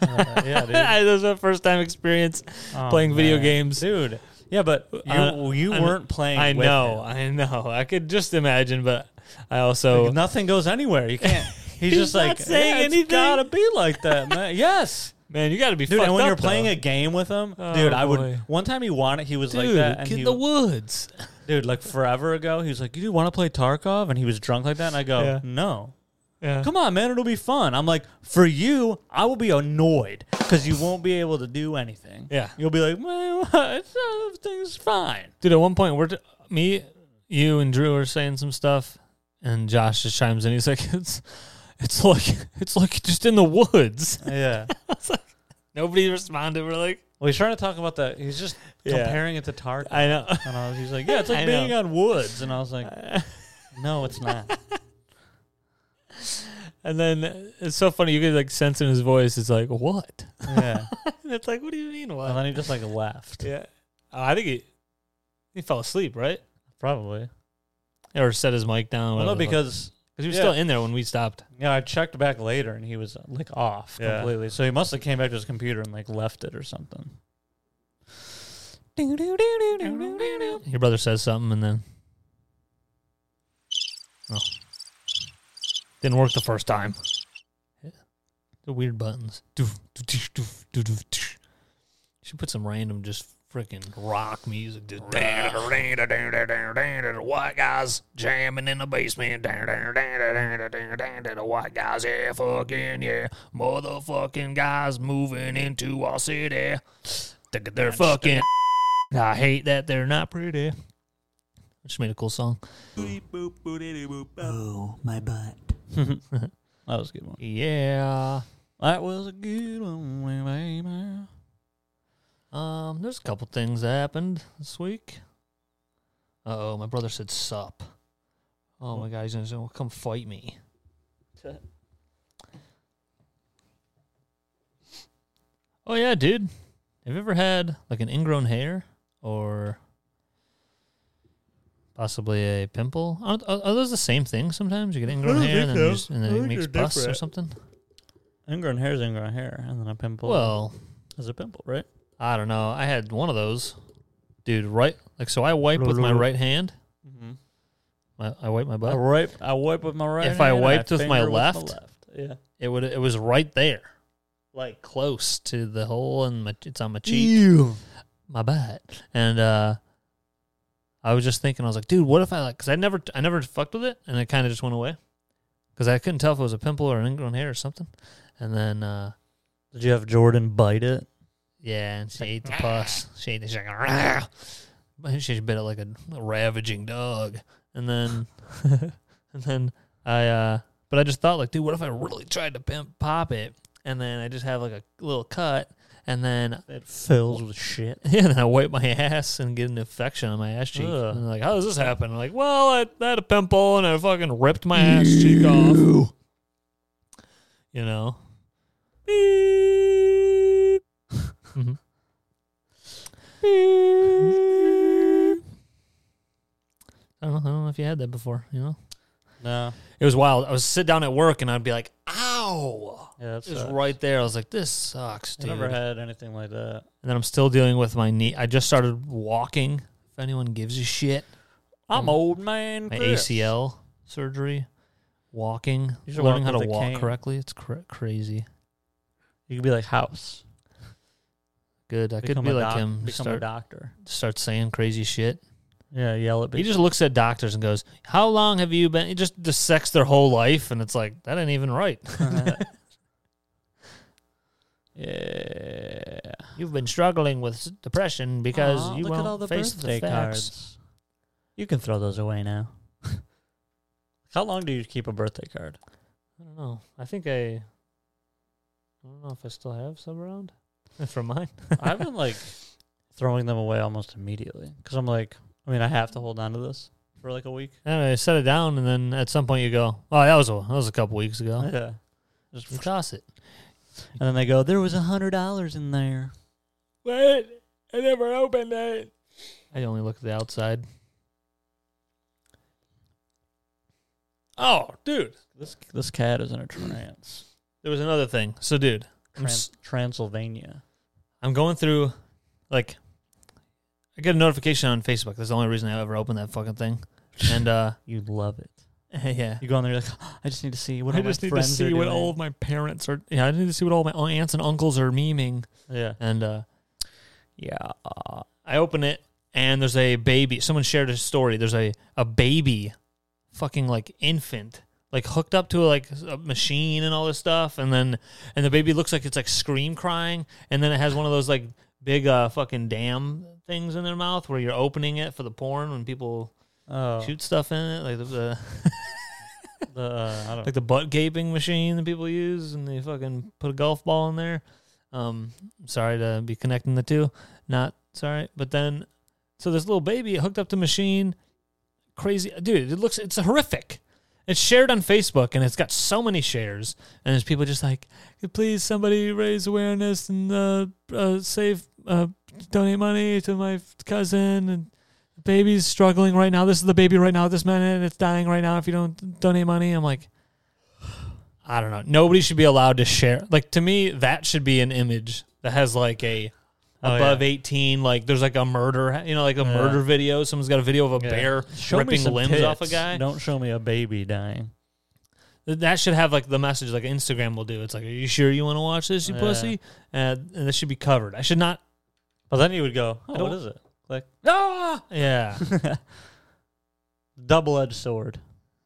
yeah,
(laughs)
dude.
that was my first time experience playing video
(laughs)
games.
dude. Yeah, but uh, you, you
I-
weren't playing.
I
with
know,
him.
I know. I could just imagine, but I also
Nothing goes anywhere. You (laughs) can't. He's,
He's
just
not
like
saying
yeah,
anything."
It's gotta be like (laughs) that, man. yes.
man, you got to be
Dude,
fucked
and when
up,
you're playing
though.
a game with him,
Oh,
dude, I
boy.
would. One time he wanted, he was
dude,
like that, and
get
he,
in the woods.
dude, like forever ago, he was like, "You want to play Tarkov?" And he was drunk like that, and I go,
Yeah.
"No,
Yeah.
come on, man, it'll be fun." I'm like, "For you, I will be annoyed because you won't be able to do anything."
Yeah.
you'll be like, "Well, (laughs) it's- everything's fine."
dude. At one point, we're t- me, you, and Drew are saying some stuff, and Josh just chimes in. He's like, (laughs) "It's, it's like, it's like just in the woods."
Yeah.
Nobody responded. We're like,
Well, he's trying to talk about that. He's just
Yeah.
comparing it to Tarkov.
I know. (laughs)
and I was, he's like, yeah, it's
I
like
know.
being on woods. And I was
(laughs)
like, no, it's not.
And then it's so funny. You can like sense in his voice. It's like, "What?"
yeah.
(laughs) And it's like, "What do you mean
And
what?"
then he just like left.
Yeah, Oh, I think he he fell asleep, right?
Probably.
Or set his mic down.
Well, no,
whatever the fuck.
because
Because he was
Yeah.
still in there when we stopped.
yeah, I checked back later and he was uh, like off
Yeah.
completely. So he must have came back to his computer and like left it or something. (laughs) Doo-doo-doo-doo-doo-doo-doo.
Your brother says something and then. Oh. Didn't work the first time. The weird buttons. Doof, doof, doof, doof, doof, doof, doof. Should put some random just freaking rock music. Just
White guys jamming in the basement. White guys, yeah, fucking yeah. Motherfucking guys moving into our city.
They're fucking. I hate that they're not pretty. Just made a cool song.
That was a good one.
Yeah.
That was a good one, baby.
Um, there's a couple things that happened this week. Uh oh, my brother said sup. Oh my god, he's gonna say, well, come fight me. oh yeah, dude. Have you ever had like an ingrown hair or possibly a pimple? Aren't, are, are those the same thing sometimes? You get ingrown hair and then, you just, and then it makes pus or something?
Ingrown hair is ingrown hair, and then a pimple
Well,
is a pimple, right?
I don't know. I had one of those, dude. Right, like so. I wipe with my right hand.
mm-hmm.
My, I wipe my
I
butt.
wipe. I wipe with my right.
If I
hand and
wiped with my
finger
left-
yeah,
It would. It was right there,
like
close to the hole, and my, it's on my cheek, my butt. And uh, I was just thinking, I was like, dude, what if I like? Because I never, I never fucked with it, and it kind of just went away. Because I couldn't tell if it was a pimple or an ingrown hair or something. And then, uh,
Did you have Jordan bite it?
yeah, and she ate the pus. She ate the (laughs) she's like, "Rah." But she bit it like a, a ravaging dog. And then, (laughs) and then I, uh, but I just thought, like, dude, what if I really tried to pimp pop it and then I just have like a little cut, and then
It fills with shit.
(laughs) yeah, and then I wipe my ass and get an infection on my ass cheek.
Ugh.
And they're like, how does this happen? I'm like, well, I, I had a pimple and I fucking ripped my ass cheek off. You know. Mhm. I don't know. I don't know if you had that before. You know,
No,
it was wild. I was sit down at work and I'd be like, "Ow!"
yeah, that's
It was right there. I was like, "This sucks,
I
dude."
never had anything like that.
and then I'm still dealing with my knee. I just started walking. If anyone gives a shit,
I'm old man.
my
Chris.
ACL surgery, walking,
You should
learning
walk
how to
with a
walk
cane.
correctly. It's cra- crazy.
You could be like House.
Good. I
Become
could
a
be like
doc-
him.
Become a
Start,
doctor.
start saying crazy shit.
Yeah, yell at
He
people.
just looks at doctors and goes, "How long have you been?" He just dissects their whole life, and it's like that ain't even
(laughs)
right. (laughs)
yeah.
You've been struggling with s- depression because
Aw,
you
look
won't
at all the
face
birthday
the facts.
cards. You can throw those away now. (laughs) How long do you keep a birthday card?
I don't know. I think I. I don't know if I still have some around (laughs) from mine.
I've been like (laughs) throwing them away almost immediately because I'm like, I mean, I have to hold on to this for like a week.
(laughs) And I set it down, and then at some point you go, "Oh, that was a that was a couple weeks ago."
Yeah. Just,
You
and
toss it.
then they go, there was a hundred dollars in there. What? I never opened it.
I only look at the outside.
Oh, dude, this this cat is in a trance.
There was another thing. So, dude, Mm. I'm s-
Trans- Transylvania.
I'm going through, like, I get a notification on Facebook. That's the only reason I ever open that fucking thing. And uh,
You love it.
(laughs) yeah,
You go on there, you're like, I just need to see what
I
all my
just need to
friends are
see what
doing."
all of my parents are. Yeah, I need to see what all my aunts and uncles are memeing.
Yeah,
And uh,
yeah.
I open it, and there's a baby. Someone shared a story. There's a a baby, fucking like infant, like hooked up to like a machine and all this stuff. And then and the baby looks like it's like scream crying, and then it has one of those like big uh fucking dam things in their mouth where you're opening it for the porn when people
Oh,
shoot stuff in it, like the, the (laughs)
the uh, I don't.
like the butt gaping machine that people use, and they fucking put a golf ball in there. Um, sorry to be connecting the two, not sorry, but then so this little baby hooked up to machine, crazy dude. It looks it's horrific. It's shared on Facebook and it's got so many shares, and there's people just like, please somebody raise awareness and uh, uh save uh donate money to my cousin and the baby's struggling right now. This is the baby right now, this minute, and it's dying right now. If you don't donate money, I'm like, (sighs) I don't know. Nobody should be allowed to share. Like to me, that should be an image that has like a
Oh,
above
yeah.
18. Like there's like a murder, you know, like a murder video. Someone's got a video of a
Yeah.
bear
Show me
ripping
some
limbs off a
tits.
guy.
Don't show me a baby dying.
Th- That should have like the message like Instagram will do. It's like, are you sure you want to watch this, you
Yeah.
pussy? Uh, and this should be covered. I should not.
But then you would go,
I
oh,
don't-
what is it? Like
Ah, yeah,
(laughs) double-edged sword,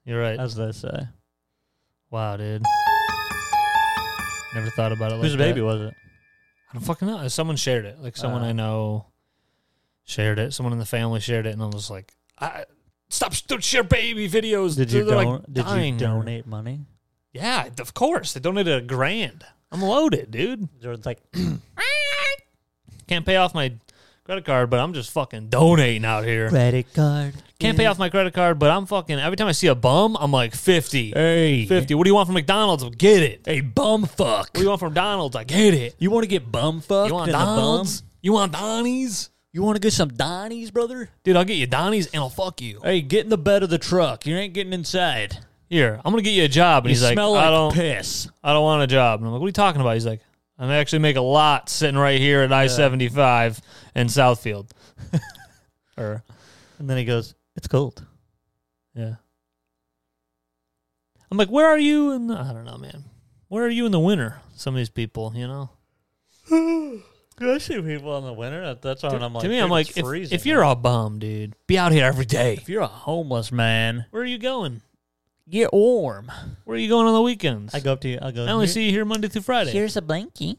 you're right.
as they say.
Wow, dude. Never thought about it. Like
Whose baby
that.
was it?
I don't fucking know. Someone shared it. Like someone
Uh.
I know shared it. Someone in the family shared it, and I was like, I, "Stop! Don't share baby videos."
Did
They're,
you
like,
don- did
dying.
you donate money?
Yeah, of course. They donated a grand. I'm loaded, dude.
Jordan's (clears throat) like,
Can't pay off my credit card, but I'm just fucking donating out here.
credit card.
Can't pay off my credit card, but I'm fucking. Every time I see a bum, I'm like fifty.
Hey,
50. What do you want from McDonald's? Well, Get it. What
Hey, bum fuck.
do you want from Donald's? I get it.
You want to get bum fucked
You want
in the bum?
Donald's? You want Donnie's?
You want to get some Donnies, brother?
Dude, I'll get you Donnie's and I'll fuck you.
Hey, get in the bed of the truck. You ain't getting inside.
Here, I'm gonna get you a job. And
You
he's like,
smell
I
like
don't,
piss.
I don't want a job. And I'm like, what are you talking about? He's like, I'm actually make a lot sitting right here at I-75 and Southfield. (laughs) or
And then he goes, "It's cold."
yeah, I'm like, where are you? And I don't know, man. Where are you in the winter? Some of these people, you know.
I see people in the winter. that- That's why I'm like,
to me,
dude,
I'm
it's
like, if,
freezing.
if you're a bum, dude, be out here every day.
if you're a homeless man,
Where are you going?
get warm.
Where are you going on the weekends?
I go up to you. I go.
I only
"Here-
see you here Monday through Friday.
Here's a blankie.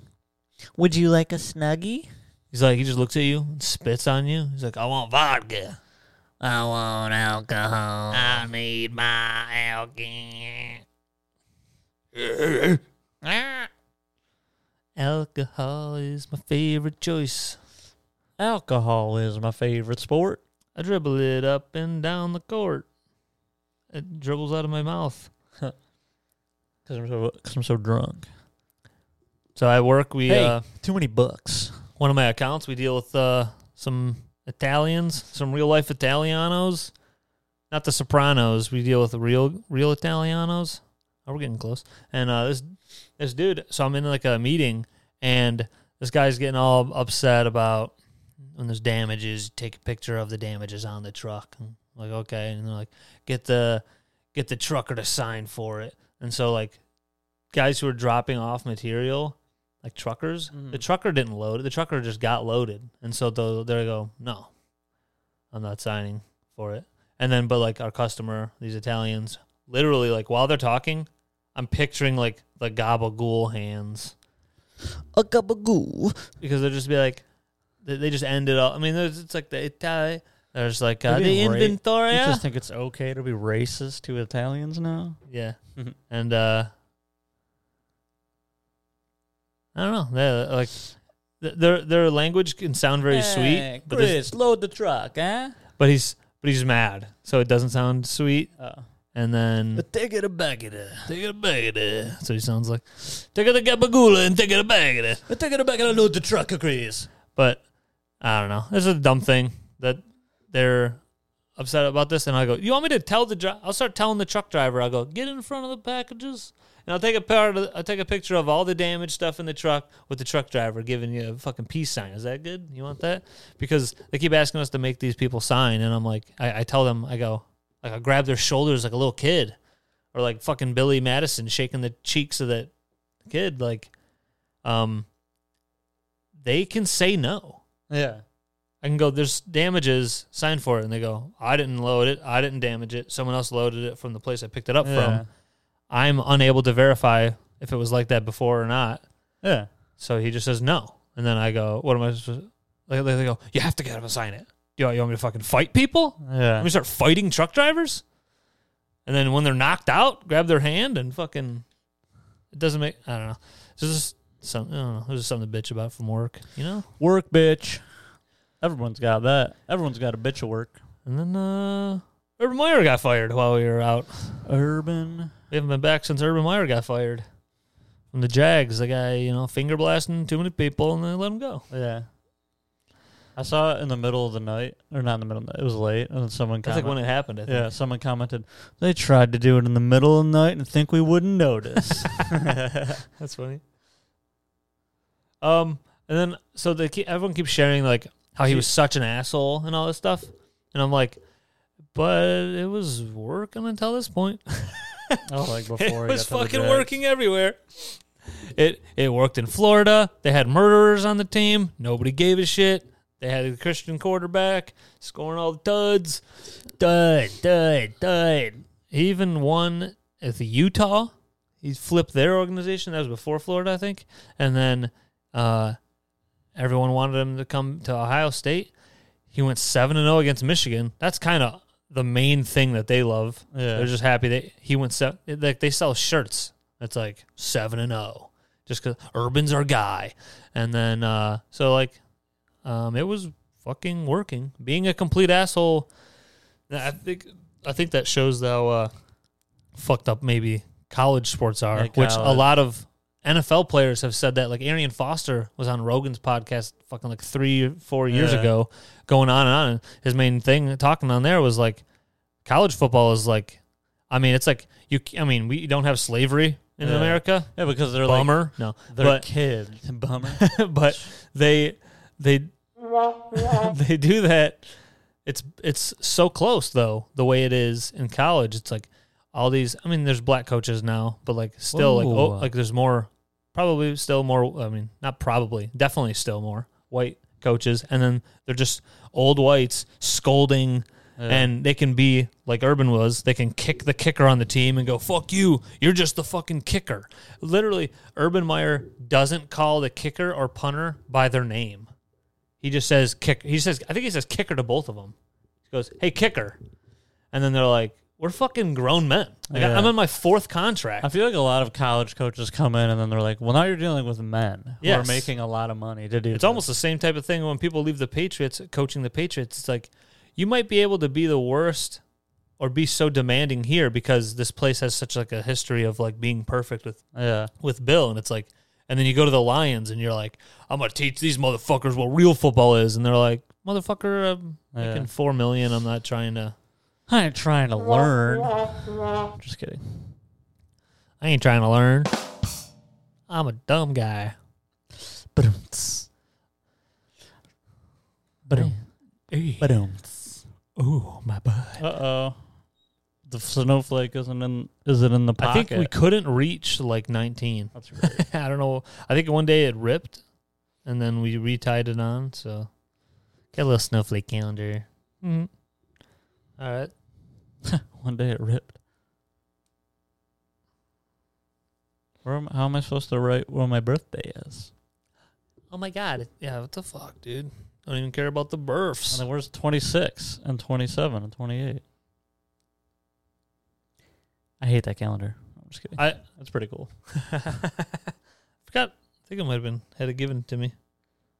Would you like a snuggie?
He's like, he just looks at you and spits on you. He's like, I want vodka.
I want alcohol.
I need my algae.
Alcohol is my favorite choice.
Alcohol is my favorite sport.
I dribble it up and down the court. It dribbles out of my mouth.
Because I'm, so, 'cause I'm so drunk.
So at work, we
Hey.
uh,
Too many bucks.
one of my accounts we deal with uh, some Italians, some real life Italianos, not the Sopranos. We deal with the real real Italianos. Oh, we're getting close. And uh, this this dude, so I'm in like a meeting, and this guy's getting all upset about when there's damages. You take a picture of the damages on the truck. And I'm like okay, and they're like get the get the trucker to sign for it. And so like guys who are dropping off material like truckers. The trucker didn't load it. The trucker just got loaded, and so the, there they go. No, I'm not signing for it. And then, but like our customer, these Italians, literally like while they're talking, I'm picturing like the gabagool hands
A gabagoo.
because they'll just be like, they, they just ended up. I mean, there's, it's like the Itali. There's like uh,
They're
the
being ra-
inventory.
You just think it's okay to be racist to Italians now?
Yeah.
Mm-hmm.
and uh I don't know. They're, like th- their their language can sound very sweet, but, this-
load the truck, eh?
but he's but he's mad, so it doesn't sound sweet.
Oh.
And then
Take it a bag of it.
take it back at it. uh, So he sounds like take it a gabagula and take it back at it.
Take it a bag and load the truck, Chris.
But I don't know. This is a dumb thing that they're upset about this. And I go, you want me to tell the? Dri-? I'll start telling the truck driver. I'll go get in front of the packages, and I'll take a part. Of, I'll take a picture of all the damaged stuff in the truck with the truck driver giving you a fucking peace sign. Is that good? You want that? Because they keep asking us to make these people sign, and I'm like, I, I tell them, I go, like I grab their shoulders like a little kid, or like fucking Billy Madison shaking the cheeks of that kid, like, um. They can say no.
Yeah.
I can go, there's damages, sign for it. And they go, I didn't load it. I didn't damage it. Someone else loaded it from the place I picked it up
Yeah.
from. I'm unable to verify if it was like that before or not.
Yeah.
So he just says no. And then I go, what am I supposed to like, They go, you have to get him to sign it. Do you, you want me to fucking fight people? Let
Yeah.
me start fighting truck drivers? And then when they're knocked out, grab their hand and fucking. It doesn't make. I don't know. It's just some. I don't know. There's just something to bitch about from work, you know?
Work, bitch. Everyone's got that. Everyone's got a bitch of work.
And then uh, Urban Meyer got fired while we were out.
Urban.
We haven't been back since Urban Meyer got fired from the Jags. The guy, you know, finger blasting too many people, and they let him go.
Yeah. I saw it in the middle of the night, or not in the middle. Of the night. It was late, and then someone
That's like
commented.
when it happened. I think.
yeah, someone commented. They tried to do it in the middle of the night and think we
(laughs)
wouldn't notice.
That's funny. Um, and then so they keep, everyone keeps sharing like how he was such an asshole and all this stuff, and I'm like, but it was working until this point.
oh, like
(laughs)
before
it
(laughs) he
was
got to the
fucking
Jags.
working everywhere. It it worked in Florida. They had murderers on the team. Nobody gave a shit. They had a Christian quarterback scoring all the duds. Dud, dud, dud. He even won at the Utah. He flipped their organization. That was before Florida, I think. And then uh, everyone wanted him to come to Ohio State. He went seven and zero against Michigan. That's kind of the main thing that they love.
Yeah.
They're just happy that he went seven. Like they sell shirts that's like seven and zero, just because Urban's our guy. And then uh, so like, um, it was fucking working. Being a complete asshole. I think I think that shows how uh, fucked up maybe college sports are,
Yeah,
which a
college.
lot of NFL players have said that. Like Arian Foster was on Rogan's podcast fucking like three, four years
Yeah.
ago, going on and on. And his main thing talking on there was like college football is like, I mean, it's like you. I mean, we don't have slavery in
Yeah.
America.
Yeah, because they're like
Bummer. no,
Their
but
kid.
(laughs)
(laughs) Bummer.
but they they (laughs) they do that. It's it's so close though the way it is in college. It's like all these. I mean, there's black coaches now, but like still like oh,
Ooh.
like there's more. Probably still more. I mean, not probably, definitely still more white coaches, and then they're just old whites scolding. And they can be like Urban was. They can kick the kicker on the team and go, "Fuck you! You're just the fucking kicker." Literally, Urban Meyer doesn't call the kicker or punter by their name. He just says kick. He says I think he says kicker to both of them. He goes, "Hey kicker," and then they're like, We're fucking grown men. Like,
Yeah.
I'm on my fourth contract.
I feel like a lot of college coaches come in and then they're like, "Well, now you're dealing with men who are
Yes.
making a lot of money to do."
It's almost the same type of thing when people leave the Patriots, coaching the Patriots. It's like you might be able to be the worst or be so demanding here because this place has such like a history of like being perfect with
yeah,
with Bill, and it's like, and then you go to the Lions and you're like, I'm gonna teach these motherfuckers what real football is, and they're like, motherfucker, I'm
Yeah.
making four million. I'm not trying to.
I ain't trying to learn. Just kidding.
I ain't trying to learn. I'm a dumb guy.
But but
Ooh, my butt.
uh oh, the snowflake isn't in. Is it in the
I
pocket?
think we couldn't reach like 19.
That's
(laughs)
great.
I don't know. I think one day it ripped, and then we retied it on. So got a little snowflake calendar. Mm. All right.
One day it ripped. Where am, how am I supposed to write where my birthday is?
Oh my god. Yeah. What the fuck, dude? I don't even care about the
And
burfs.
then where's 26 and 27 and 28? I hate that calendar. I'm just kidding.
I
That's pretty cool.
(laughs) forgot. I think it might have been had it given to me.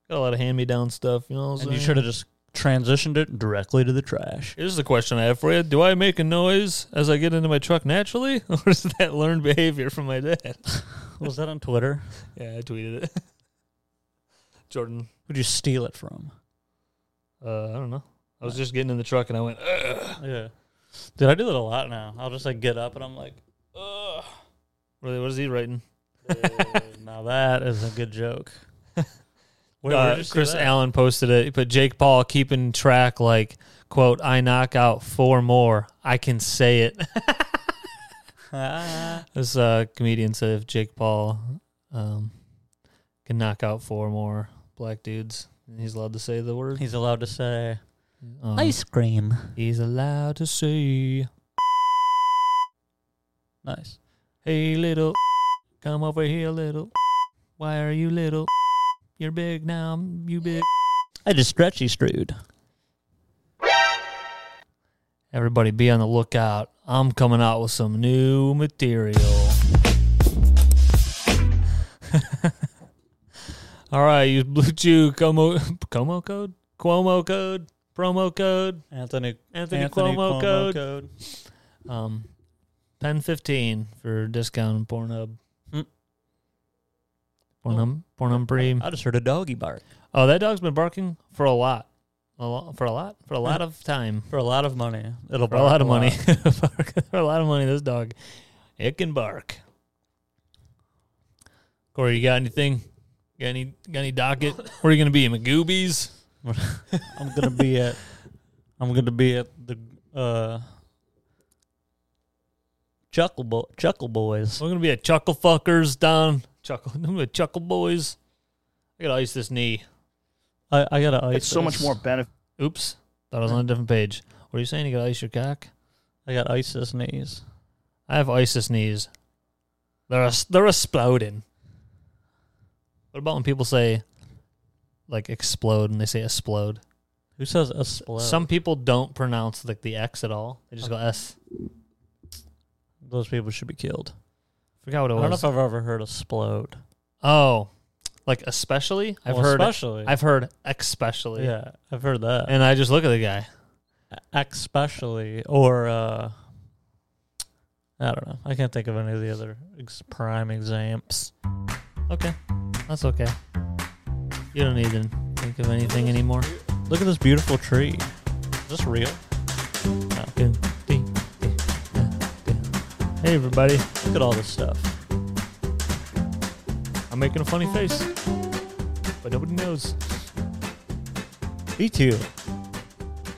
Got a lot of hand me down stuff. You know. What I'm
And you
saying?
should have just transitioned it directly to the (laughs) trash.
Here's the question I have for you: Do I make a noise as I get into my truck naturally, (laughs) or is that learned behavior from my dad? (laughs)
Was that on Twitter?
Yeah, I tweeted it. (laughs) Jordan,
Who'd you steal it from?
uh, I don't know. I was just getting in the truck and I went. Ugh.
Yeah. Dude, I do that a lot now. I'll just like get up and I'm like, ugh.
Really, what is he writing?
"Uh, (laughs) now that is a good (laughs) joke. Where,
Uh,
where'd you see
Chris
that?
Allen posted it. He put Jake Paul keeping track, like quote, "I knock out four more. I can say it." (laughs)
Ah.
This uh, comedian said if Jake Paul um, can knock out four more black dudes, he's allowed to say the word.
He's allowed to say
Um,
Ice cream.
He's allowed to say,
nice.
"Hey, little, come over here, little. Why are you little? You're big now. You big."
I just stretchy strewed.
Everybody, be on the lookout. I'm coming out with some new material. (laughs) All right, use Blue Chew Como Como code, Cuomo code, promo code,
Anthony
Anthony,
Anthony
Cuomo,
Cuomo
code,
code.
um, pen fifteen for discount on Pornhub.
Hmm.
Pornhub, Pornhub Prem.
I just heard a doggy bark
Oh, that dog's been barking for a lot, a lot, for a lot, for a lot of time.
for a lot of money. It'll
for a lot of money. (laughs) for a lot of money, this dog, it can bark. Corey, you got anything? Got any? Got any (laughs) docket? Where are you gonna be? McGoobies?
I'm gonna be at. I'm gonna be at the uh, Chuckle Bo- Chuckle Boys.
We're gonna be at Chuckle Fuckers down. Chuckle. (laughs) I'm gonna Chuckle Boys. I gotta ice this knee.
I, I gotta ice.
It's so much
this.
more benefit.
Oops, thought I was on a different page. What are you saying? You gotta ice your cock?
I got ISIS knees.
I have ISIS knees. They're they're exploding. What about when people say, like explode, and they say explode?
Who says explode?
Some people don't pronounce like the X at all. They just go S.
those people should be killed.
Forgot what it
I don't know
was.
if I've ever heard explode.
oh, like especially. I've
Well,
heard.
especially.
I've heard especially.
yeah, I've heard that.
And I just look at the guy.
especially or uh I don't know. I can't think of any of the other ex- prime examples.
Okay, that's okay. You don't need to think of anything anymore.
Look at this beautiful tree. Is this real?
Good. Dee, dee, da, da. Hey everybody,
Look at all this stuff.
I'm making a funny face, but nobody knows.
Me too.